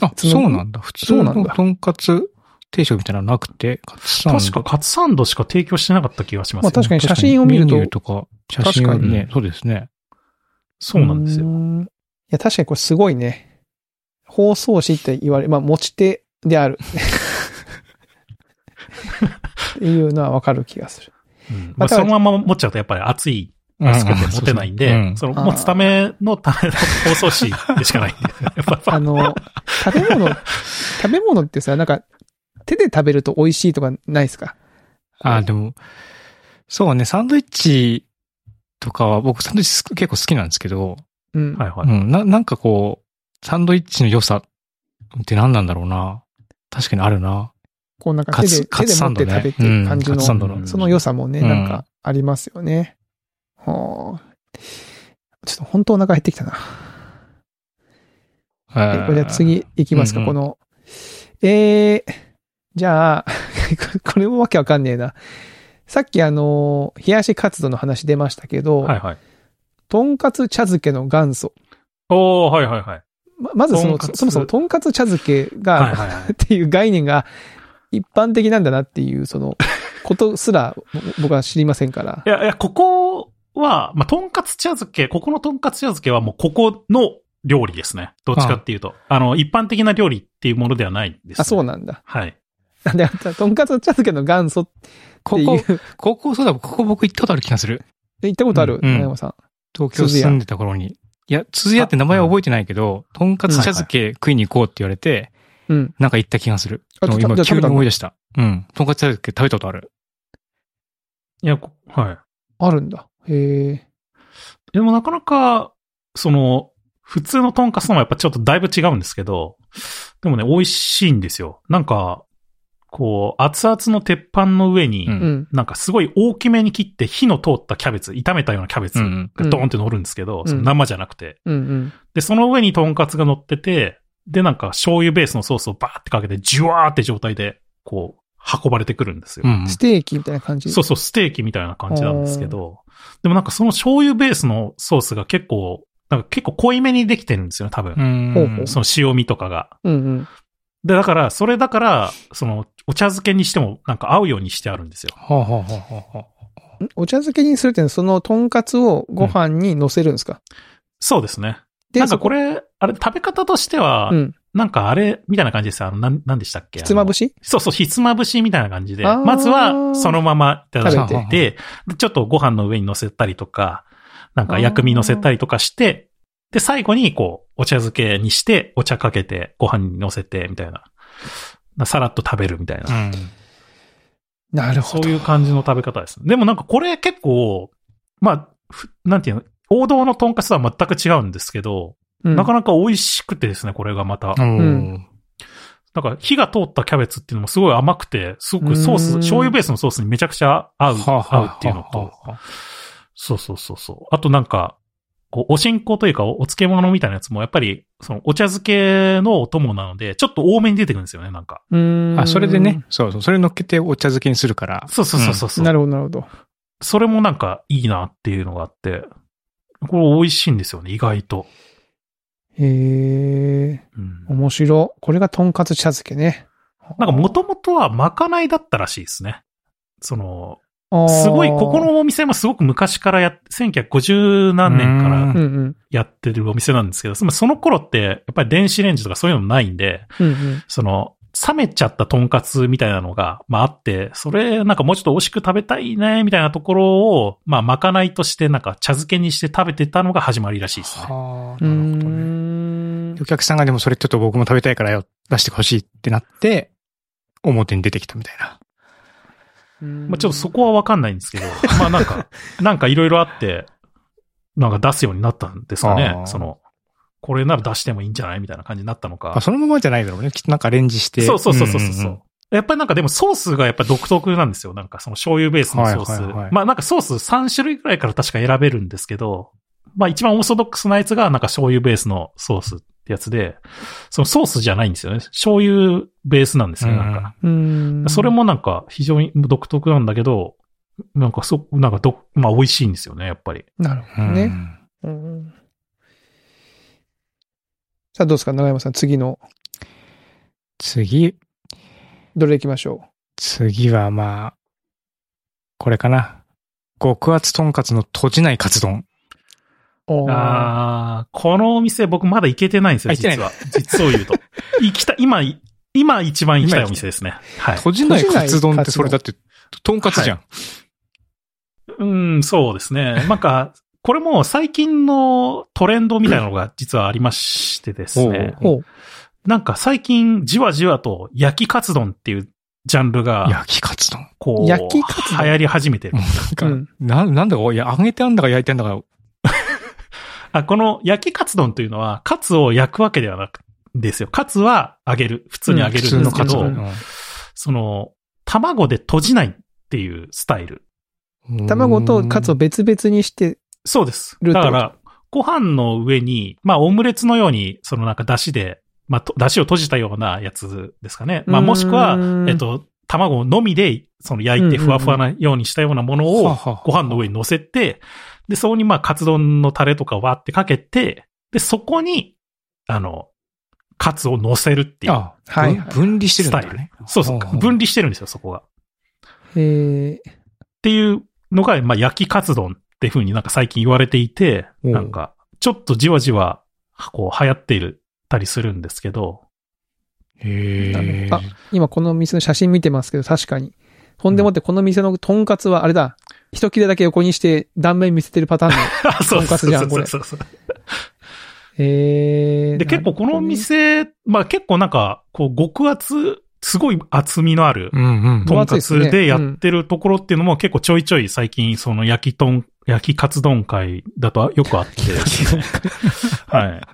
あ、通のそうなんだ。普通そうなんのだとんかつ定食みたいなのなくて、カツサンド。確かカツサンドしか提供してなかった気がしますまあよ、確かに写真を見るとメニューとか、写真を確かにね、そうですね。そうなんですよ。ーんいや、確かにこれすごいね。包装紙って言われ、まあ、持ち手である。っていうのはわかる気が *laughs* する。うんままあ、あそのまま持っちゃうとやっぱり熱い、熱くて持てないんで、うんその持つためのための包装紙でしかないんで、やっぱあの、食べ物、食べ物ってさ、なんか、手で食べると美味しいとかないですかあ、でも、そうね、サンドイッチとかは、僕サンドイッチす結構好きなんですけど、うん。はいはうい。ん、な、なんかこう、サンドイッチの良さって何なんだろうな。確かにあるな。こうなんかカ手ツで、手カでツサ持っンドてね食べてる感じうんカツサンドの、のその良さもね、うんなんかありますよね。はあ。ちょっと本当お腹減ってきたな。はいこれじゃあ次行きますか、うんうんこの。えー、じゃあ、 *laughs* これもわけわかんねえな。さっきあの、冷やしカツ丼の話出ましたけど、はいはい。とんかつ茶漬けの元祖。おー、はいはいはい。ままずその、とんかつそもそもとんかつ茶漬けが、はいはいはいっ。ていう概念が一般的なんだなっていう、その、ことすら僕僕は知りませんからい。や、いや、ここは、まあ、とんかつ茶漬け、ここのとんかつ茶漬けはもうここの料理ですね。どっちかっていうと。あの、一般的な料理っていうものではないです、ね。あ、そうのなんだ。はい。なんで、あととんかつ茶漬けの元祖って *laughs* こいう、こ、高校そうだ、ここ僕行ったことある気がする。行ったことある、うんうん長山さん。東京住んでた頃に。いや、鈴屋って名前は覚えてないけど、とんかつ茶漬け食いに行こうって言われて、うん。なんか行った気がする。あでも今じゃあ急食べにたんだ思い出した。うん。とんかつ茶漬け食べたことある。いや、こはい。あるんだ。へえ。でもなかなか、その、普通のとんかつともやっぱちょっとだいぶ違うんですけど、でもね、美味しいんですよ。なんか、こう、熱々の鉄板の上に、うんうん。なんかすごい大きめに切って火の通ったキャベツ、炒めたようなキャベツうんがうん。ドーンって乗るんですけうど、んその生じゃなくて。うんうん。で、その上にとんかつが乗ってて、で、なんか醤油ベースのソースをバーってかけて、ジュワーって状態で、こう、運ばれてくるんですよ。うんステーキみたいな感じ。そうそう、ステーキみたいな感じなんですけど、でもなんかその醤油ベースのソースが結構、なんか結構濃いめにできてるんですよね、多う分。ん。ほうほうその塩味とかが。うんうん。で、だから、それだから、その、お茶漬けにしても、なんか合うようにしてあるんですよ。ほうほうほうほうほう。んお茶漬けにするっていうのは、そのとんかつをご飯に乗せるんですか、そうですね。で、なんかそこれ、あれ、食べ方としては、うん。なんかあれ、みたいな感じですよ。あの、なん、なんでしたっけひつまぶししそうそう、ひつまぶしみたいな感じで、あーまずは、そのままいただい食べてて、でちょっとご飯の上に乗せたりとか、なんか薬味乗せたりとかして、で、最後に、こう、お茶漬けにして、お茶かけて、ご飯に乗せて、みたいな。なさらっと食べるみたいな。うん。なるほそうど。いう感じの食べ方です。でもなんかこれ結構、まあ、ふなんていうの、王道のとんかつとは全く違うんですけど、うんなかなか美味しくてですね、これがまた。うん。なんか火が通ったキャベツっていうのもすごい甘くて、すごくうソーーんス、醤油ベースのソースにめちゃくちゃ合う、はあはあ合うっていうのと、そうそうそうそう。あとなんか、こう、お新香というかお、お漬物みたいなやつも、やっぱり、その、お茶漬けのお供なので、ちょっと多めに出てくるんですよね、なんか。うーん。あ、それでね。、そうそう、それ乗っけてお茶漬けにするから。そうそうそうそうそう、なるほど、なるほど。それもなんか、いいなっていうのがあって、これ美味しいんですよね、意外と。へえ。うん面白。これがとんかつ茶漬けね。なんか、もともとはまかないだったらしいですね。その、あーすごい、ここ、のお店もすごく昔からやっ、1950何年かうらんうんうん。やってるお店なんですけど、そのその頃って、やっぱり電子レンジとかそういうのもないんで、うんうん。その、冷めちゃったとんかつみたいなのが、まああって、それなんかもうちょっと美味しく食べたいね、みたいなところを、まあまかないとしてなんか茶漬けにして食べてたのが始まりらしいですね。はあ、うーなるほどね。んでお客さんがでもそれちょっと僕も食べたいからよ、出してほしいってなって、表に出てきたみたいな。まあちょっとそこはわかんないんですけど、まあなん *laughs* か、なんかいろいろあって、なんか出すようになったんですかねあ。ーその、これなら出してもいいんじゃないみたいな感じになったのかあ、。そのままじゃないだろうね。きっとなんかアレンジして。そうそうそうそうそう。んんんやっぱりなんかでもソースがやっぱ独特なんですよ。なんかその醤油ベースのソース。はいはいはいまあなんかソース3種類くらいから確か選べるんですけど、まあ一番オーソドックスなやつがなんか醤油ベースのソースってやつで、そのソースじゃないんですよね。醤油ベースなんですよ、なんか。うーんそれ、もなんか非常に独特なんだけど、なんかそ、なんかど、まあ美味しいんですよね、やっぱり。なるほどうね。んうんさあ、どうですか、長山さん、次の、次、どれでいきましょ次はまあ、これかな。極厚とんかつの閉じないカツ丼。う。おーああ、このお店僕まだ行けてないんですよ、あ行ってない実は。実を言うと。行きたい、今、今一番行きたいお店ですね。はい。閉じないカツ丼ってそれだって、とんかつじゃん。うん、そうで *laughs* すね。なんか、これも最近のトレンドみたいなのが実はありましてですね。 *laughs* ほう。なんか最近じわじわと焼きカツ丼っていうジャンルが、焼きカツ丼。こう、焼きカツ丼流行り始めてる。うなんんか、な、なんだか、いや、揚げてあんだか焼いてあんだか。あこの焼きカツ丼というのは、カツを焼くわけではなく、ですよ。カツは揚げる。普通に揚げるんですけ普通ど、のカツ丼。その、卵で閉じないっていうスタイル。卵とカツを別々にして、そうです。ルーだトから、ご飯の上に、まあ、オムレツのように、そのなんか出汁で、まあ、と出汁を閉じたようなやつですかね。まあ、もしくうは、ーんえっ、と、卵のみで、その焼いてふわふわなようにしたようなものを、ご飯の上に乗せて、で、そこにまあ、カツ丼のタレとかわーってかけて、で、そこに、あの、カツを乗せるっていうあ、ははいい。分離してるんだね。そうそうほほ。分離してるんですよ、そこが。っえーていうのが、まあ、焼きカツ丼っていうふうになんか最近言われていて、おうなんか、ちょっとじわじわ、こう、流行っている、たりするんですけ *laughs* ど、へーあ今この店の写真見てますけど、確かに。ほんでもってこの店のとんかつはあれだ。一切れだけ横にして断面見せてるパ *laughs* ターンの。あそとうんかそうつじゃんそうこれそうそう。えーで、結構この。店、まあ結構なんか、こう、極厚、すごい厚みのある、うんうん。とんかつでやってるところっていうのも結構ちょいちょい最近その焼きとん、焼きカツ丼会だとよくあって。はい。なんか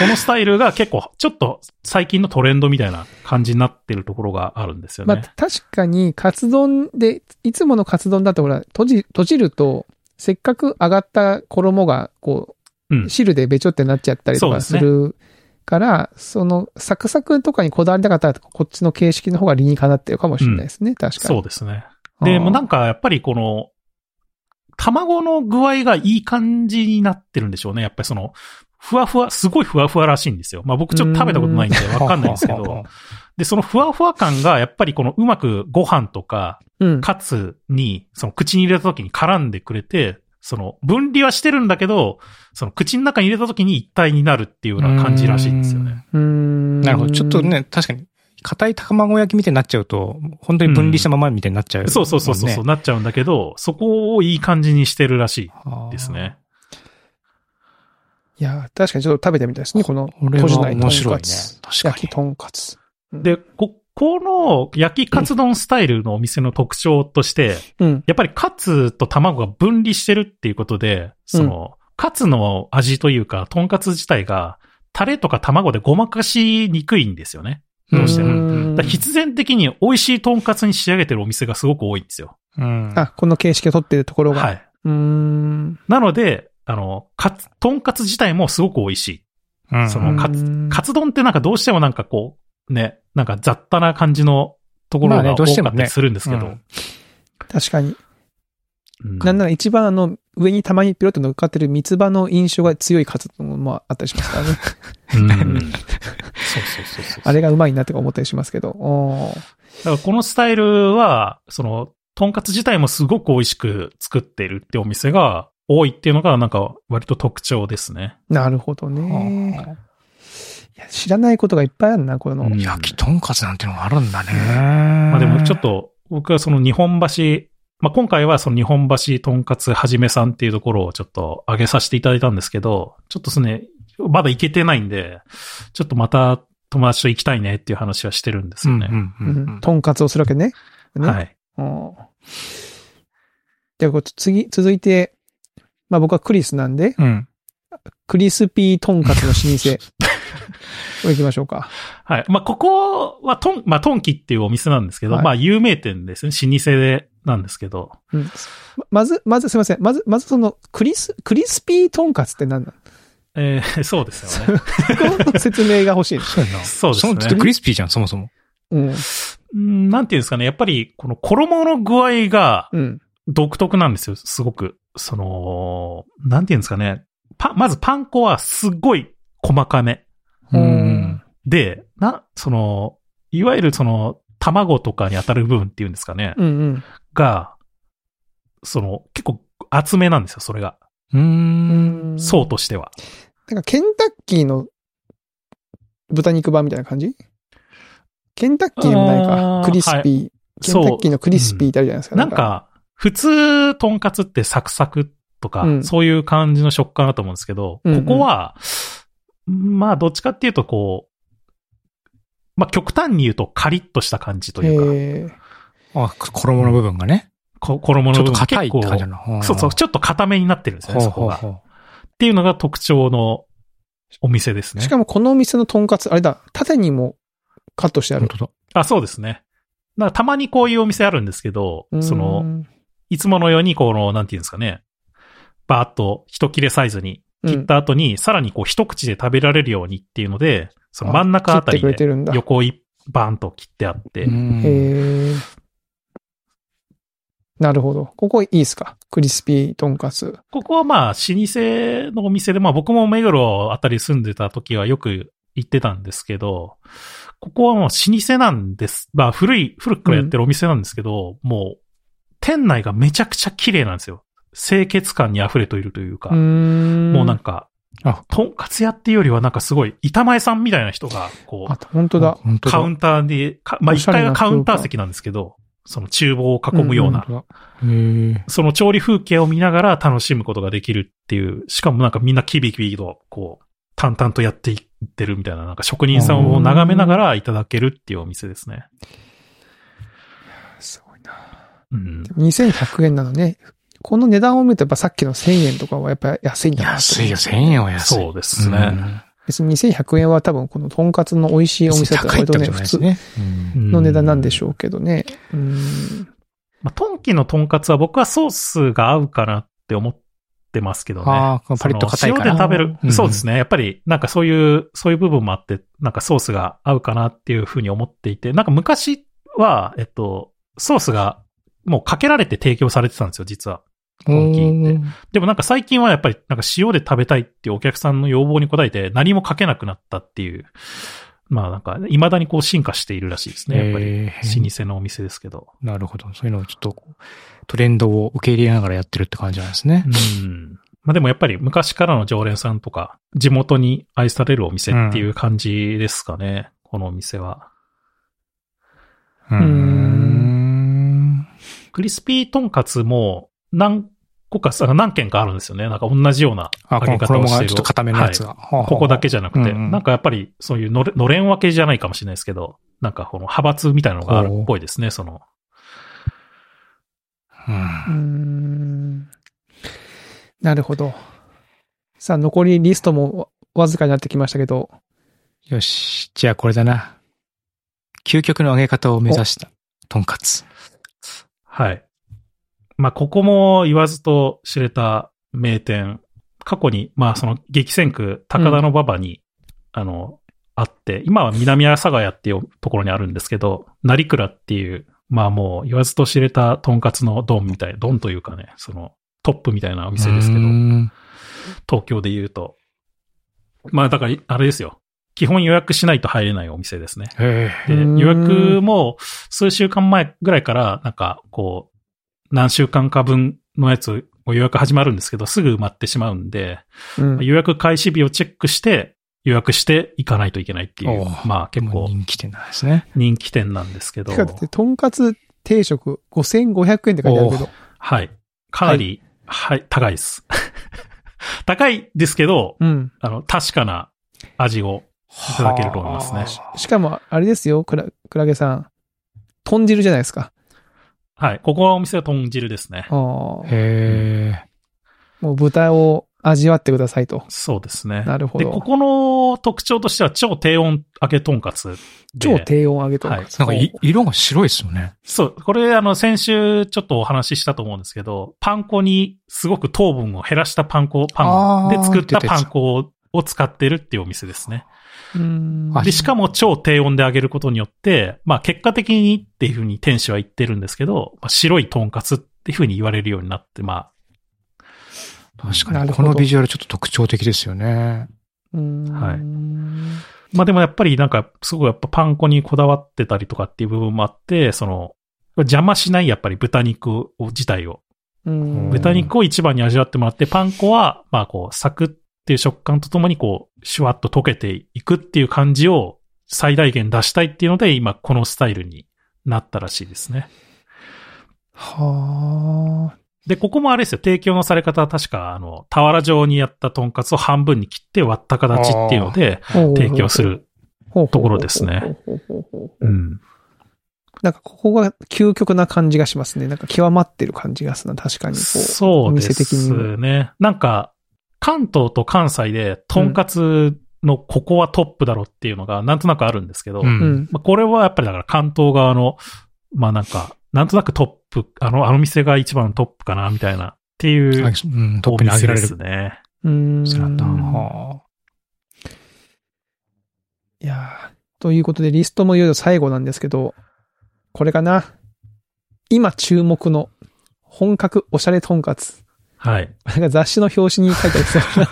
このスタイルが結構ちょっと最近のトレンドみたいな感じになってるところがあるんですよまね。あ、確かに、カツ丼で、いつものカツ丼だと、ほら、閉じ、閉じると、せっかく揚がった衣が、こう、うん汁でべちょってなっちゃったりとそうかですすねるから、そ,、の、サクサクとかにこだわりたかったら、こっちの形式の方が理にかなってるかもしれないですね、確かに。そうですね。で、もうなんか、かやっぱりこの、卵の具合がいい感じになってるんでしょうね。やっぱりその、ふわふわ、すごいふわふわらしいんですよ。まあ僕ちょっと食べたことないんでわかんないんですけど。で、そのふわふわ感がやっぱりこのうまくご飯とか、うん。カツに、その口に入れた時に絡んでくれて、その分離はしてるんだけど、その口の中に入れた時に一体になるっていうような感じらしいんですよね。うーんなるほど。ちょっと。ね、確かに、硬い卵焼きみたいになっちゃうと、本当に分離したままみたいになっちゃう、そうそうそうそう、ねなっちゃうんだけど、そこをいい感じにしてるらしいです。ね。いや、確かにちょっと食べてみたいですね、この、これは閉じないと面ん白いかねつ。確かに焼きとんかつ。で、こ、この焼きカツ丼スタイルのお店の特徴として、うん。やっぱりカツと卵が分離してるっていうことで、その、カツの味というか、とんかつ自体が、タレとか卵でごまかしにくいんですよね。どうしてるも。うだんから必然的に美味しいとんかつに仕上げてるお店がすごく多いんですよ。うん。あ、この形式を取ってるところが。。はいい。うーん。なので、あの、カツ、とんかつ自体もすごく美味しい。うんそのカツうんカツ丼ってなんかどうしてもなんかこう、ね、なんか雑多な感じのとこまあろがね多どうしてかもったりねするんですけうどん。確かに。うんなんなら一番あの、上にたまにピロッと乗っかってる三つ葉の印象が強いカツ丼もあったりします *laughs* からね。 *laughs* うんそうそうそうそう。あれがうまいなとか思ったりしますけど。おーだからこのスタイルは、その、とんかつ自体もすごく美味しく作っているってお店が多いっていうのがなんか割と特徴ですね。なるほどね。はあいや知らないことがいっぱいあるな、この。うん焼きとんかつなんてのがあるんだね。ままあでもちょっ、と、僕はその日本橋、まあ今回はその日本橋とんかつはじめさんっていうところをちょっと上げさせていただいたんですけど、ちょっとですね、まだ行けてないんで、ちょっとまた友達と行きたいねっていう話はしてるんですうんようんね。ううんうんん。とんかつをするわけね。ねはい。おーではこう次、続いて、まあ僕はクリスなんで、うん。クリスピーとんかつの老 *laughs* 舗。これ行きましょうか。はい。まあ、ここは、トン、まあ、トンキっていうお店なんですけど、はいまあ、有名店ですね。老舗で、なんですけど。うん。ままず、まずすいません。まず、まずその、クリス、クリスピーとんかつって何なのえーそうですよね。この *laughs* 説明が欲しい。そうやな。そうそですのちょっとねク。リスピーじゃん、そもそも。うん。うんなんていうんですかね。やっぱり、この衣の具合がうん。独特なんですよ。すごく。その、なんていうんですかね。パン、まずパン粉はすっごい細かめ。うん。で、な、その、いわゆるその、卵とかに当たる部分っていうんですかね。うんうん。が、その、結構厚めなんですよ、それが。う。うんん層としては。なんか、ケンタッキーの豚肉版みたいな感じケンタッキーでもないあか。ークリスピー。ケンタそうッキーのクリスピーってあるじゃないですか。なん、か、普通、とんかつってサクサクとか、うんそういう感じの食感だと思うんですけど、うんうんここは、まあ、どっちかっていうと、こう、まあ、極端に言うと、カリッとした感じというか、へーあ、衣の部分がね。こ衣ちょのっと部分硬いって感じ結だ構なの。そうそう、ちょっと硬めになってるんですよね、ほうそこほうが。っほていうのが特徴のお店ですねし。かもこのお店のとんかつ、あれだ、縦にもカットしてあう。本る。当だ。あ、そうですね。だからたまにこういうお店あるんですけど、その、の、いつものように、この、なんていうんですかね、バーッと一切れサイズに切った後に、さらにこう一口で食べられるようにっていうので、その真ん中あたり切ってくれてでるんだ。横一バーンと切ってあって、んへーなるほど。ここいいですかクリスピーとんかつ。ここはまあ、老舗のお店で、まあ僕も目黒あたり住んでた時はよく行ってたんですけど、ここはもう老舗なんです。まあ古い、古くからやってるお店なんですけど、もう、店内がめちゃくちゃ綺麗なんですよ。清潔感に溢れているというか、ももうなんか、あとんかつ屋っていうよりはなんかすごい、板前さんみたいな人が、こあ、本当だ。本う、当だカウンターで、かまあおし一ゃれな階がカウンター席なんですけど、その厨房を囲むような、本当だへえ。その調理風景を見ながら楽しむことができるっていう、しかもなんかみんなキビキビと、こう、淡々とやっていってるみたいな、なんか職人さんを眺めながらいただけるっていうお店ですね。すごいな。うん。 2100円なのね。この値段を見るとやっぱさっきの1000円とかはやっぱ安いんだなと安思ういよ、1000円は安い。そうですねうん別に2100円は多分このとんかつの美味しいお店だったら高いって割とこね、とじゃない普です通ね。うんの値段なんでしょうょうけどね。うん。まあ、トンキのトンカツは僕はソースが合うかなって思ってますけどね。あーこのパリッと硬いからその塩で食べうんる。そうですね。やっぱり、なんかそういう、そういう部分もあって、なんかソースが合うかなっていうふうに思っていて、なんか昔は、えっと、ソースがもうかけられて提供されてたんですよ、実は。本気っうてんでもなんか最近はやっぱり、なんか塩で食べたいっていうお客さんの要望に応えて、何もかけなくなったっていう。まあなんか、未だにこう進化しているらしいですね、やっぱり。へー老舗のお店ですけど。なるほど。そういうのをちょっとこう、トレンドを受け入れながらやってるって感じなんですね。うん。まあでもやっぱり昔からの常連さんとか、地元に愛されるお店っていう感じですかね、このお店は。うーんん。クリスピートンカツも何個かさ、何軒かあるんですよね。なんか同じようなあ、この揚げ方を衣しがてちる。ょっと固めのやつが。はあははあいここだけじゃなくて、うんうんなんかやっぱりそういうのれのれん分けじゃないかもしれないですけど、なんかこの派閥みたいなのがあるっぽいですね、その。うんうんなるほど。さあ、残りリストもわずかになってきましたけど、よし。じゃあこれだな。究極の揚げ方を目指した、とんかつ。はい。まあ、ここも言わずと知れた名店。過去に、まあ、その激戦区、高田の馬場に、あの、あって、今は南阿佐ヶ谷っていうところにあるんですけど、成倉っていう、まあもう言わずと知れたとんかつのドンみたい、ドンというかね、そのトップみたいなお店ですけどうー、ん東京で言うと。まあだから、あれですよ。基本予約しないと入れないお店ですね。へえ。で、うん予約も数週間前ぐらいから、なんか、こう、何週間か分のやつを予約始まるんですけど、すぐ埋まってしまうんで、うん予約開始日をチェックして、予約していかないといけないっていおうう、まあで結も構人気店なんですね。人気店なんですけどて、かだって、とんかつ定食5500円って書いてあるけど、はい。かなり、はい、高いです。 *laughs* 高いですけど、うん。あの、確かな味をいただけると思いますね。はあしかも、あれですよ、クラクラゲさん。豚汁じゃないですか。はい。ここはお店は豚汁ですねあ。ーへえ。もう豚を味わってくださいと。そうですね。なるほで、ど。ここの特徴としては超低温揚げとんかつで。超低温揚げとか、はいなんかい色が白いですよね。そう。これ、あの、先週ちょっとお話ししたと思うんですけど、パン粉にすごく糖分を減らしたパン粉、パンあーで作った出てたパン粉を使ってるっていうお店ですね。うーんあで、しかも超低温で揚げることによって、まあ結果的にっていうふうに店主は言ってるんですけど、まあ白いとんかつっていうふうに言われるようになって、まあ、確なかるに。ほこどのビジュアルちょっと特徴的ですよね。うーんはいまあでもやっぱりなんか、すごいやっぱパン粉にこだわってたりとかっていう部分もあって、その、邪魔しないやっぱり豚肉を自体を。うーん豚肉を一番に味わってもらって、パン粉は、まあこう、サクっていう食感とともにこう、シュワッと溶けていくっていう感じを最大限出したいっていうので、今このスタイルになったらしいですね。はあ。で、ここもあれですよ、提供のされ方は確か、あの、俵状にやったトンカツを半分に切って割った形っていうので、提供する。とところですね。ほうほうほうほううん。なんかここが究極な感じがしますね。なんか極まってる感じがするな、確かに。こうそうでお店的にすね。なんか、関東と関西で、とんかつのここはトップだろっていうのが、なんとなくあるんですけど、うんうん。まあ、これはやっぱりだから関東側のまあなんか、なんとなくトップ、あの、あの店が一番トップかな、みたいな、っていう、うん、トップに上げられでるす。ね。うーん。スラタン。はいやーということで、リストもいよいよ最後なんですけど、これかな。今注目の本格おしゃれとんかつ。はい。なんか雑誌の表紙に書いて *laughs* ありそうな。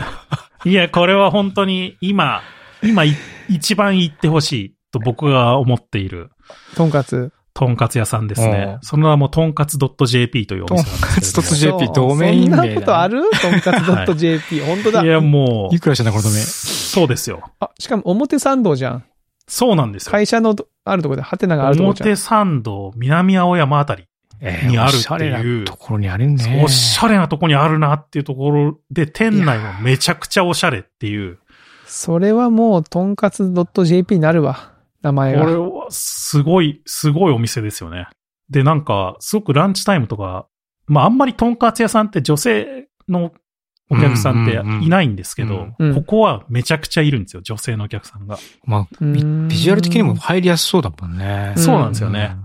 いや、これは本当に今、今い一番行ってほしいと僕が思っている、とんかつ。とんかつ屋さんですね。おその名もとんかつ .jp というお店なんですけとんかつ .jp そうドメイン名だそんなことあるとんかつ .jp。本当どだも。い。や、もう。いくらしたんだこのドメインそうですよ。あ、しかも表参道じゃん。そうなんですよ。会社のどあるとこで、ハテナがあるとこじゃん。表参道、南青山あたり。えーにあるっていうおしゃれなところにあるね。おしゃれなとこにあるなっていうところで、店内もめちゃくちゃおしゃれっていう。それはもう、とんかつ .jp になるわ。名こ前れが。はすごい、すごいお店ですよね。で、なんか、すごくランチタイムとか、まああんまりとんかつ屋さんって女性のお客さんってうんうんうんいないんですけど、うんここはめちゃくちゃいるんですよ、女性のお客さんが。まあ、ビビジュアル的にも入りやすそうだもんね。うんそうなんですよね。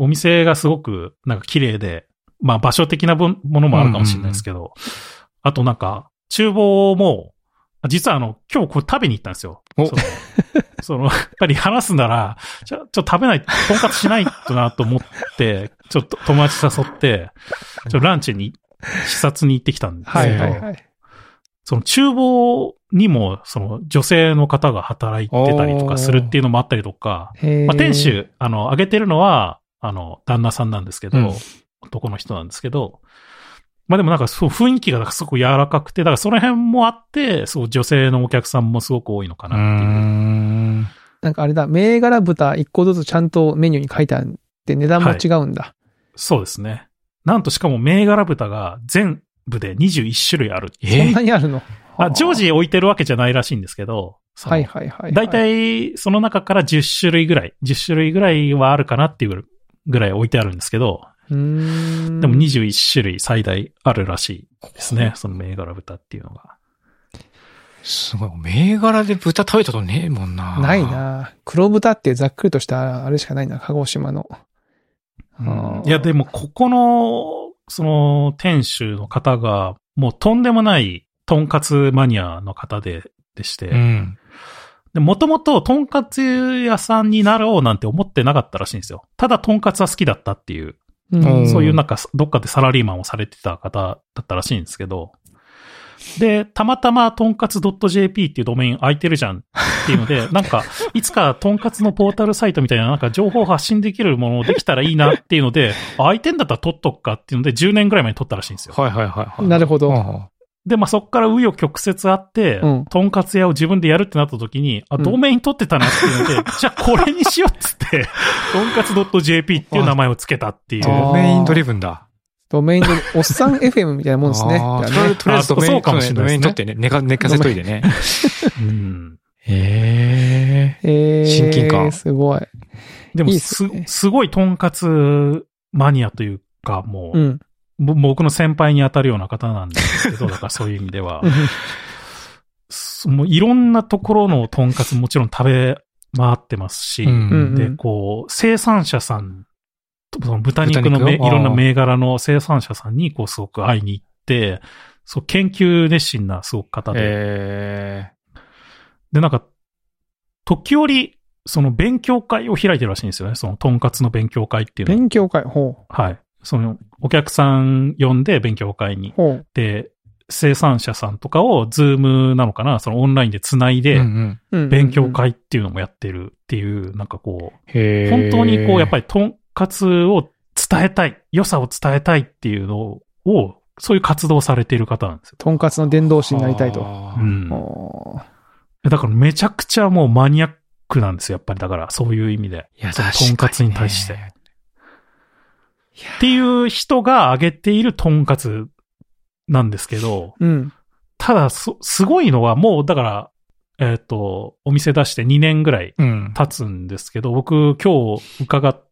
お店がすごく、なんか綺麗で、まあ場所的なぶんものもあるかもしれないですけど、あとなんか、厨房も、実はあの、今日これ食べに行ったんですよ。おその、 *laughs* そのやっぱり話すなら、じゃあ、ちょっと食べない、とんかつしないとなと思って、ちょっと友達誘って、ちょっとランチに、視察に行ってきたんですけど、はいはいはい。その厨房にも、その女性の方が働いてたりとかするっていうのもあったりとか、へーまあ、店。主、あの、上げてるのは、あの、旦那さんなんですけど、うん男の人なんですけど、まあでもなんかそう雰囲気がなんかすごく柔らかくて、だからその辺もあって、そう女性のお客さんもすごく多いのかうーなっていう。ん。なんかあれだ、銘柄豚一個ずつちゃんとメニューに書いてあるって値段も違うんだ。そうですね。なんとしかも銘柄豚が全部で21種類ある。えそんなにあるのあ、常時置いてるわけじゃないらしいんですけど、そのはいはいはいはい。大体、その中から10種類ぐらい、10種類ぐらいはあるかなっていうぐらい置いてあるんですけど、うーん。でも21種類最大あるらしいですね。その銘柄豚っていうのが。すごい。銘柄で豚食べたことねえもんな。ない。な黒豚っていうざっくりとしたあれしかないな、鹿児島の。うんあーいや、でもここの、その店主の方が、もうとんでもないとんかつマニアの方で、でしうて、ん。でもともととんかつ屋さんになろうなんて思ってなかったらしいんですよ。ただとんかつは好きだったっていう。ううんん。そういうなんか、どっかでサラリーマンをされてた方だったらしいんですけど、で、たまたま、とんかつ .jp っていうドメイン空いてるじゃんっていうので、なんか、いつかとんかつのポータルサイトみたいな、なんか情報発信できるものできたらいいなっていうので、あ空いてんだったら取っとくかっていうので、10年ぐらい前に取ったらしいんですよ。はいはいはいはい。なるほほど。ど。で、まあ、そっから紆余曲折あって、うんとんかつ屋を自分でやるってなった時に、あ、うんドメイン取ってたなっていうので、 *laughs* じゃあこれにしようっつって、とんかつ .jp っていう名前を付けたっていう。ドメインドリブンだ。ドメイン *laughs* で、おっさん FM みたいなもんですね。あーじとゃりあえあねずとりあえずドメイン、そうかもしれないドでメすねイン取ってね、寝か、寝かせといてね。うんへえ。えー、親近感すごい。でもいいっすす、ねすごいとんかつマニアというか、もうう、ん。ぼ僕の先輩に当たるような方なんですけど、だからそういう意味ではうん、すもういろんなところのとんかつもちろん食べ回ってますし、うんうで、んこう、生産者さん、その豚肉の豚め肉をいろんなあー銘柄の生産者さんに、こう、すごく会いに行って、そう、研究熱心な、すごく方で、えで、なんか、時折、その勉強会を開いてるらしいんですよね。その、とんかつの勉強会っていうのを勉強会、ほはい。その、お客さん呼んで勉強会にう、。ほう。で、生産者さんとかを、ズームなのかな、そのオンラインで繋いえで、うんうん勉強会っていうのもやってるっていう、なんかこう、へ本当にこう、やっぱり。りとんかつを伝えたい、良さを伝えたいっていうのを、そういう活動されている方なんですよ。とんかつの伝道師になりたいと。あうー。ん。おーだからめちゃくちゃもうマニアックなんですよ、やっぱりだから、そういう意味で。いや、その確かにとんかつに対して。っていう人が挙げているとんかつなんですけど、うん。ただ、す、すごいのはもう、だから、えっ、と、お店出して2年ぐらいうん。経つんですけど、僕今日伺っ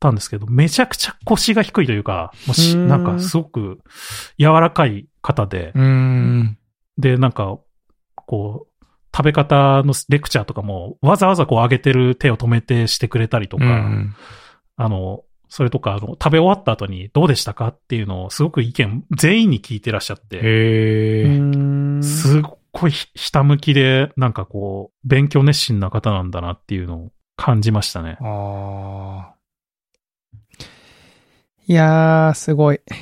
たんですけど、めちゃくちゃ腰が低いというか、もうしうーんなんかすごく柔らかい方で、うん。で、なんか、こう、食べ方のレクチャーとかも、わざわざこう上げてる手を止めてしてくれたりととか、あの、それとか、あの、食べ終わった後にどうでしたかっていうのをすごく意見全員に聞いてらっしゃって、へうえ。んすっごいひひたむきで、なんかこう、勉強熱心な方なんだなっていうのを感じましたね。あいやー、すごい。あ、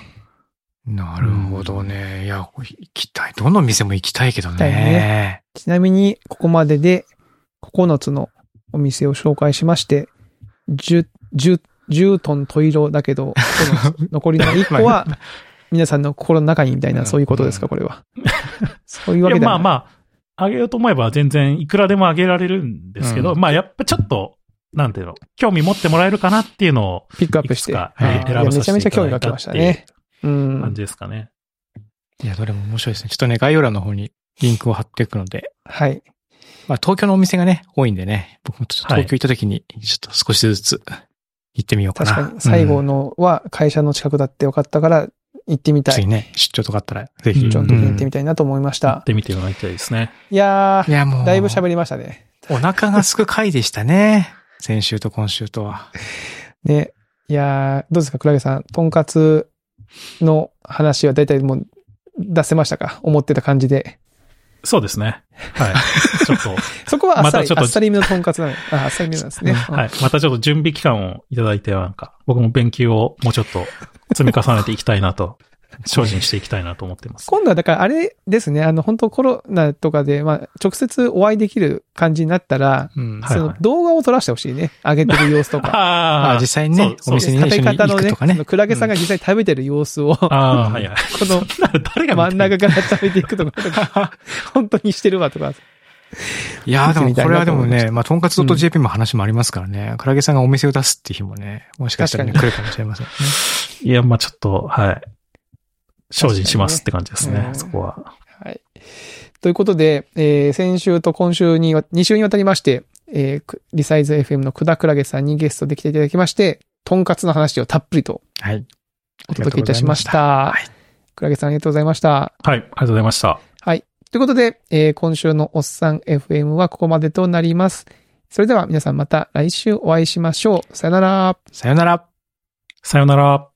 なるほどね。いや、行きたい。どの店も行きたいけど行きたいね。ちなみに、ここまでで9つのお店を紹介しまして、10、10、10トントイロだけど、 *laughs* その残りの1個は、 *laughs* 皆さんの心の中にみたいな、そういうことですか、これは。 *laughs* そういうわけいや、でまはあない。まあ、あげようと思えば全然いくらでもあげられるんですけど、うまあやっぱちょっと、なんていうの、興味持ってもらえるかなっていうのを、ピックアップいしくて。つかははいい選いやばめさちゃせめてちゃいた興だ味がい来たまっしたていうね。うん。感じですかね。いや、どれも面白いですね。ちょっとね、概要欄の方にリンクを貼っていくので。はい。まあ、東京のお店がね、多いんでね。僕もちょっとはい東京行った時に、ちょっと少しずつ行ってみようかな。確かに、最後の、のは会社の近くだって分かったから、行ってみたい。次ね、出張とかあったら、ぜひ。うんちょっとうん行ってみたいなと思いまし。やったてみてもらいたいですね。いやいー、や、もう。だいぶ喋りましたね。お腹がすく回でしたね。先週と今週とは。ね。いやー、どうですか、クラゲさん。とんかつの話は大体もう出せましたか思ってた感じで。そうですね。はい。ちょ *laughs* っと、そこはあっさまりたちょ、っあとっさりめのとんかつなの。あ、あっさりめなんですね。うん *laughs* はい。またちょっと準備期間をいただいて、なんか、僕も勉強をもうちょっと積み重ねていきたいなと、精進していきたいなと思ってます。今度はだからあれですね、あの本当コロナとかで、まあ直接お会いできる感じになったら、うん。はいその動画を撮らせてほしいね。上げてる様子と *laughs* か。まああ、実際にね、そおう店にね、一緒食べに方行のくとね、そかねの。クラゲさんが実際に食べてる様子を、こああ、はい *laughs* はい。のなる誰が見たい真ん中から食べていくとか、と *laughs* か本当にしてるわとか。いやーで見もてみたいこれなはとで思もいましたね、まあ、とんかつ .jp も話もありますからね、クラゲさんがお店を出すっていう日もね、もしかしたらね、確来るかもしれませんね。いや、まあちょっと、はい。精進しますって感じです確ねか、にねそこは。はい。ということで、えー先週と今週にわ、2週にわたりまして、えーくリサイズ FM のくだくらげさんにゲストで来ていただきまして、とんかつの話をたっぷりとはい。お届けいたしました。りがとうございまくらげさんありがとうございました。はい、ありがとうございました。ということで、えー今週のおっさん FM はここまでとなります。それでは皆さんまた来週お会いしましょう。さよなら。さよなら。さよなら。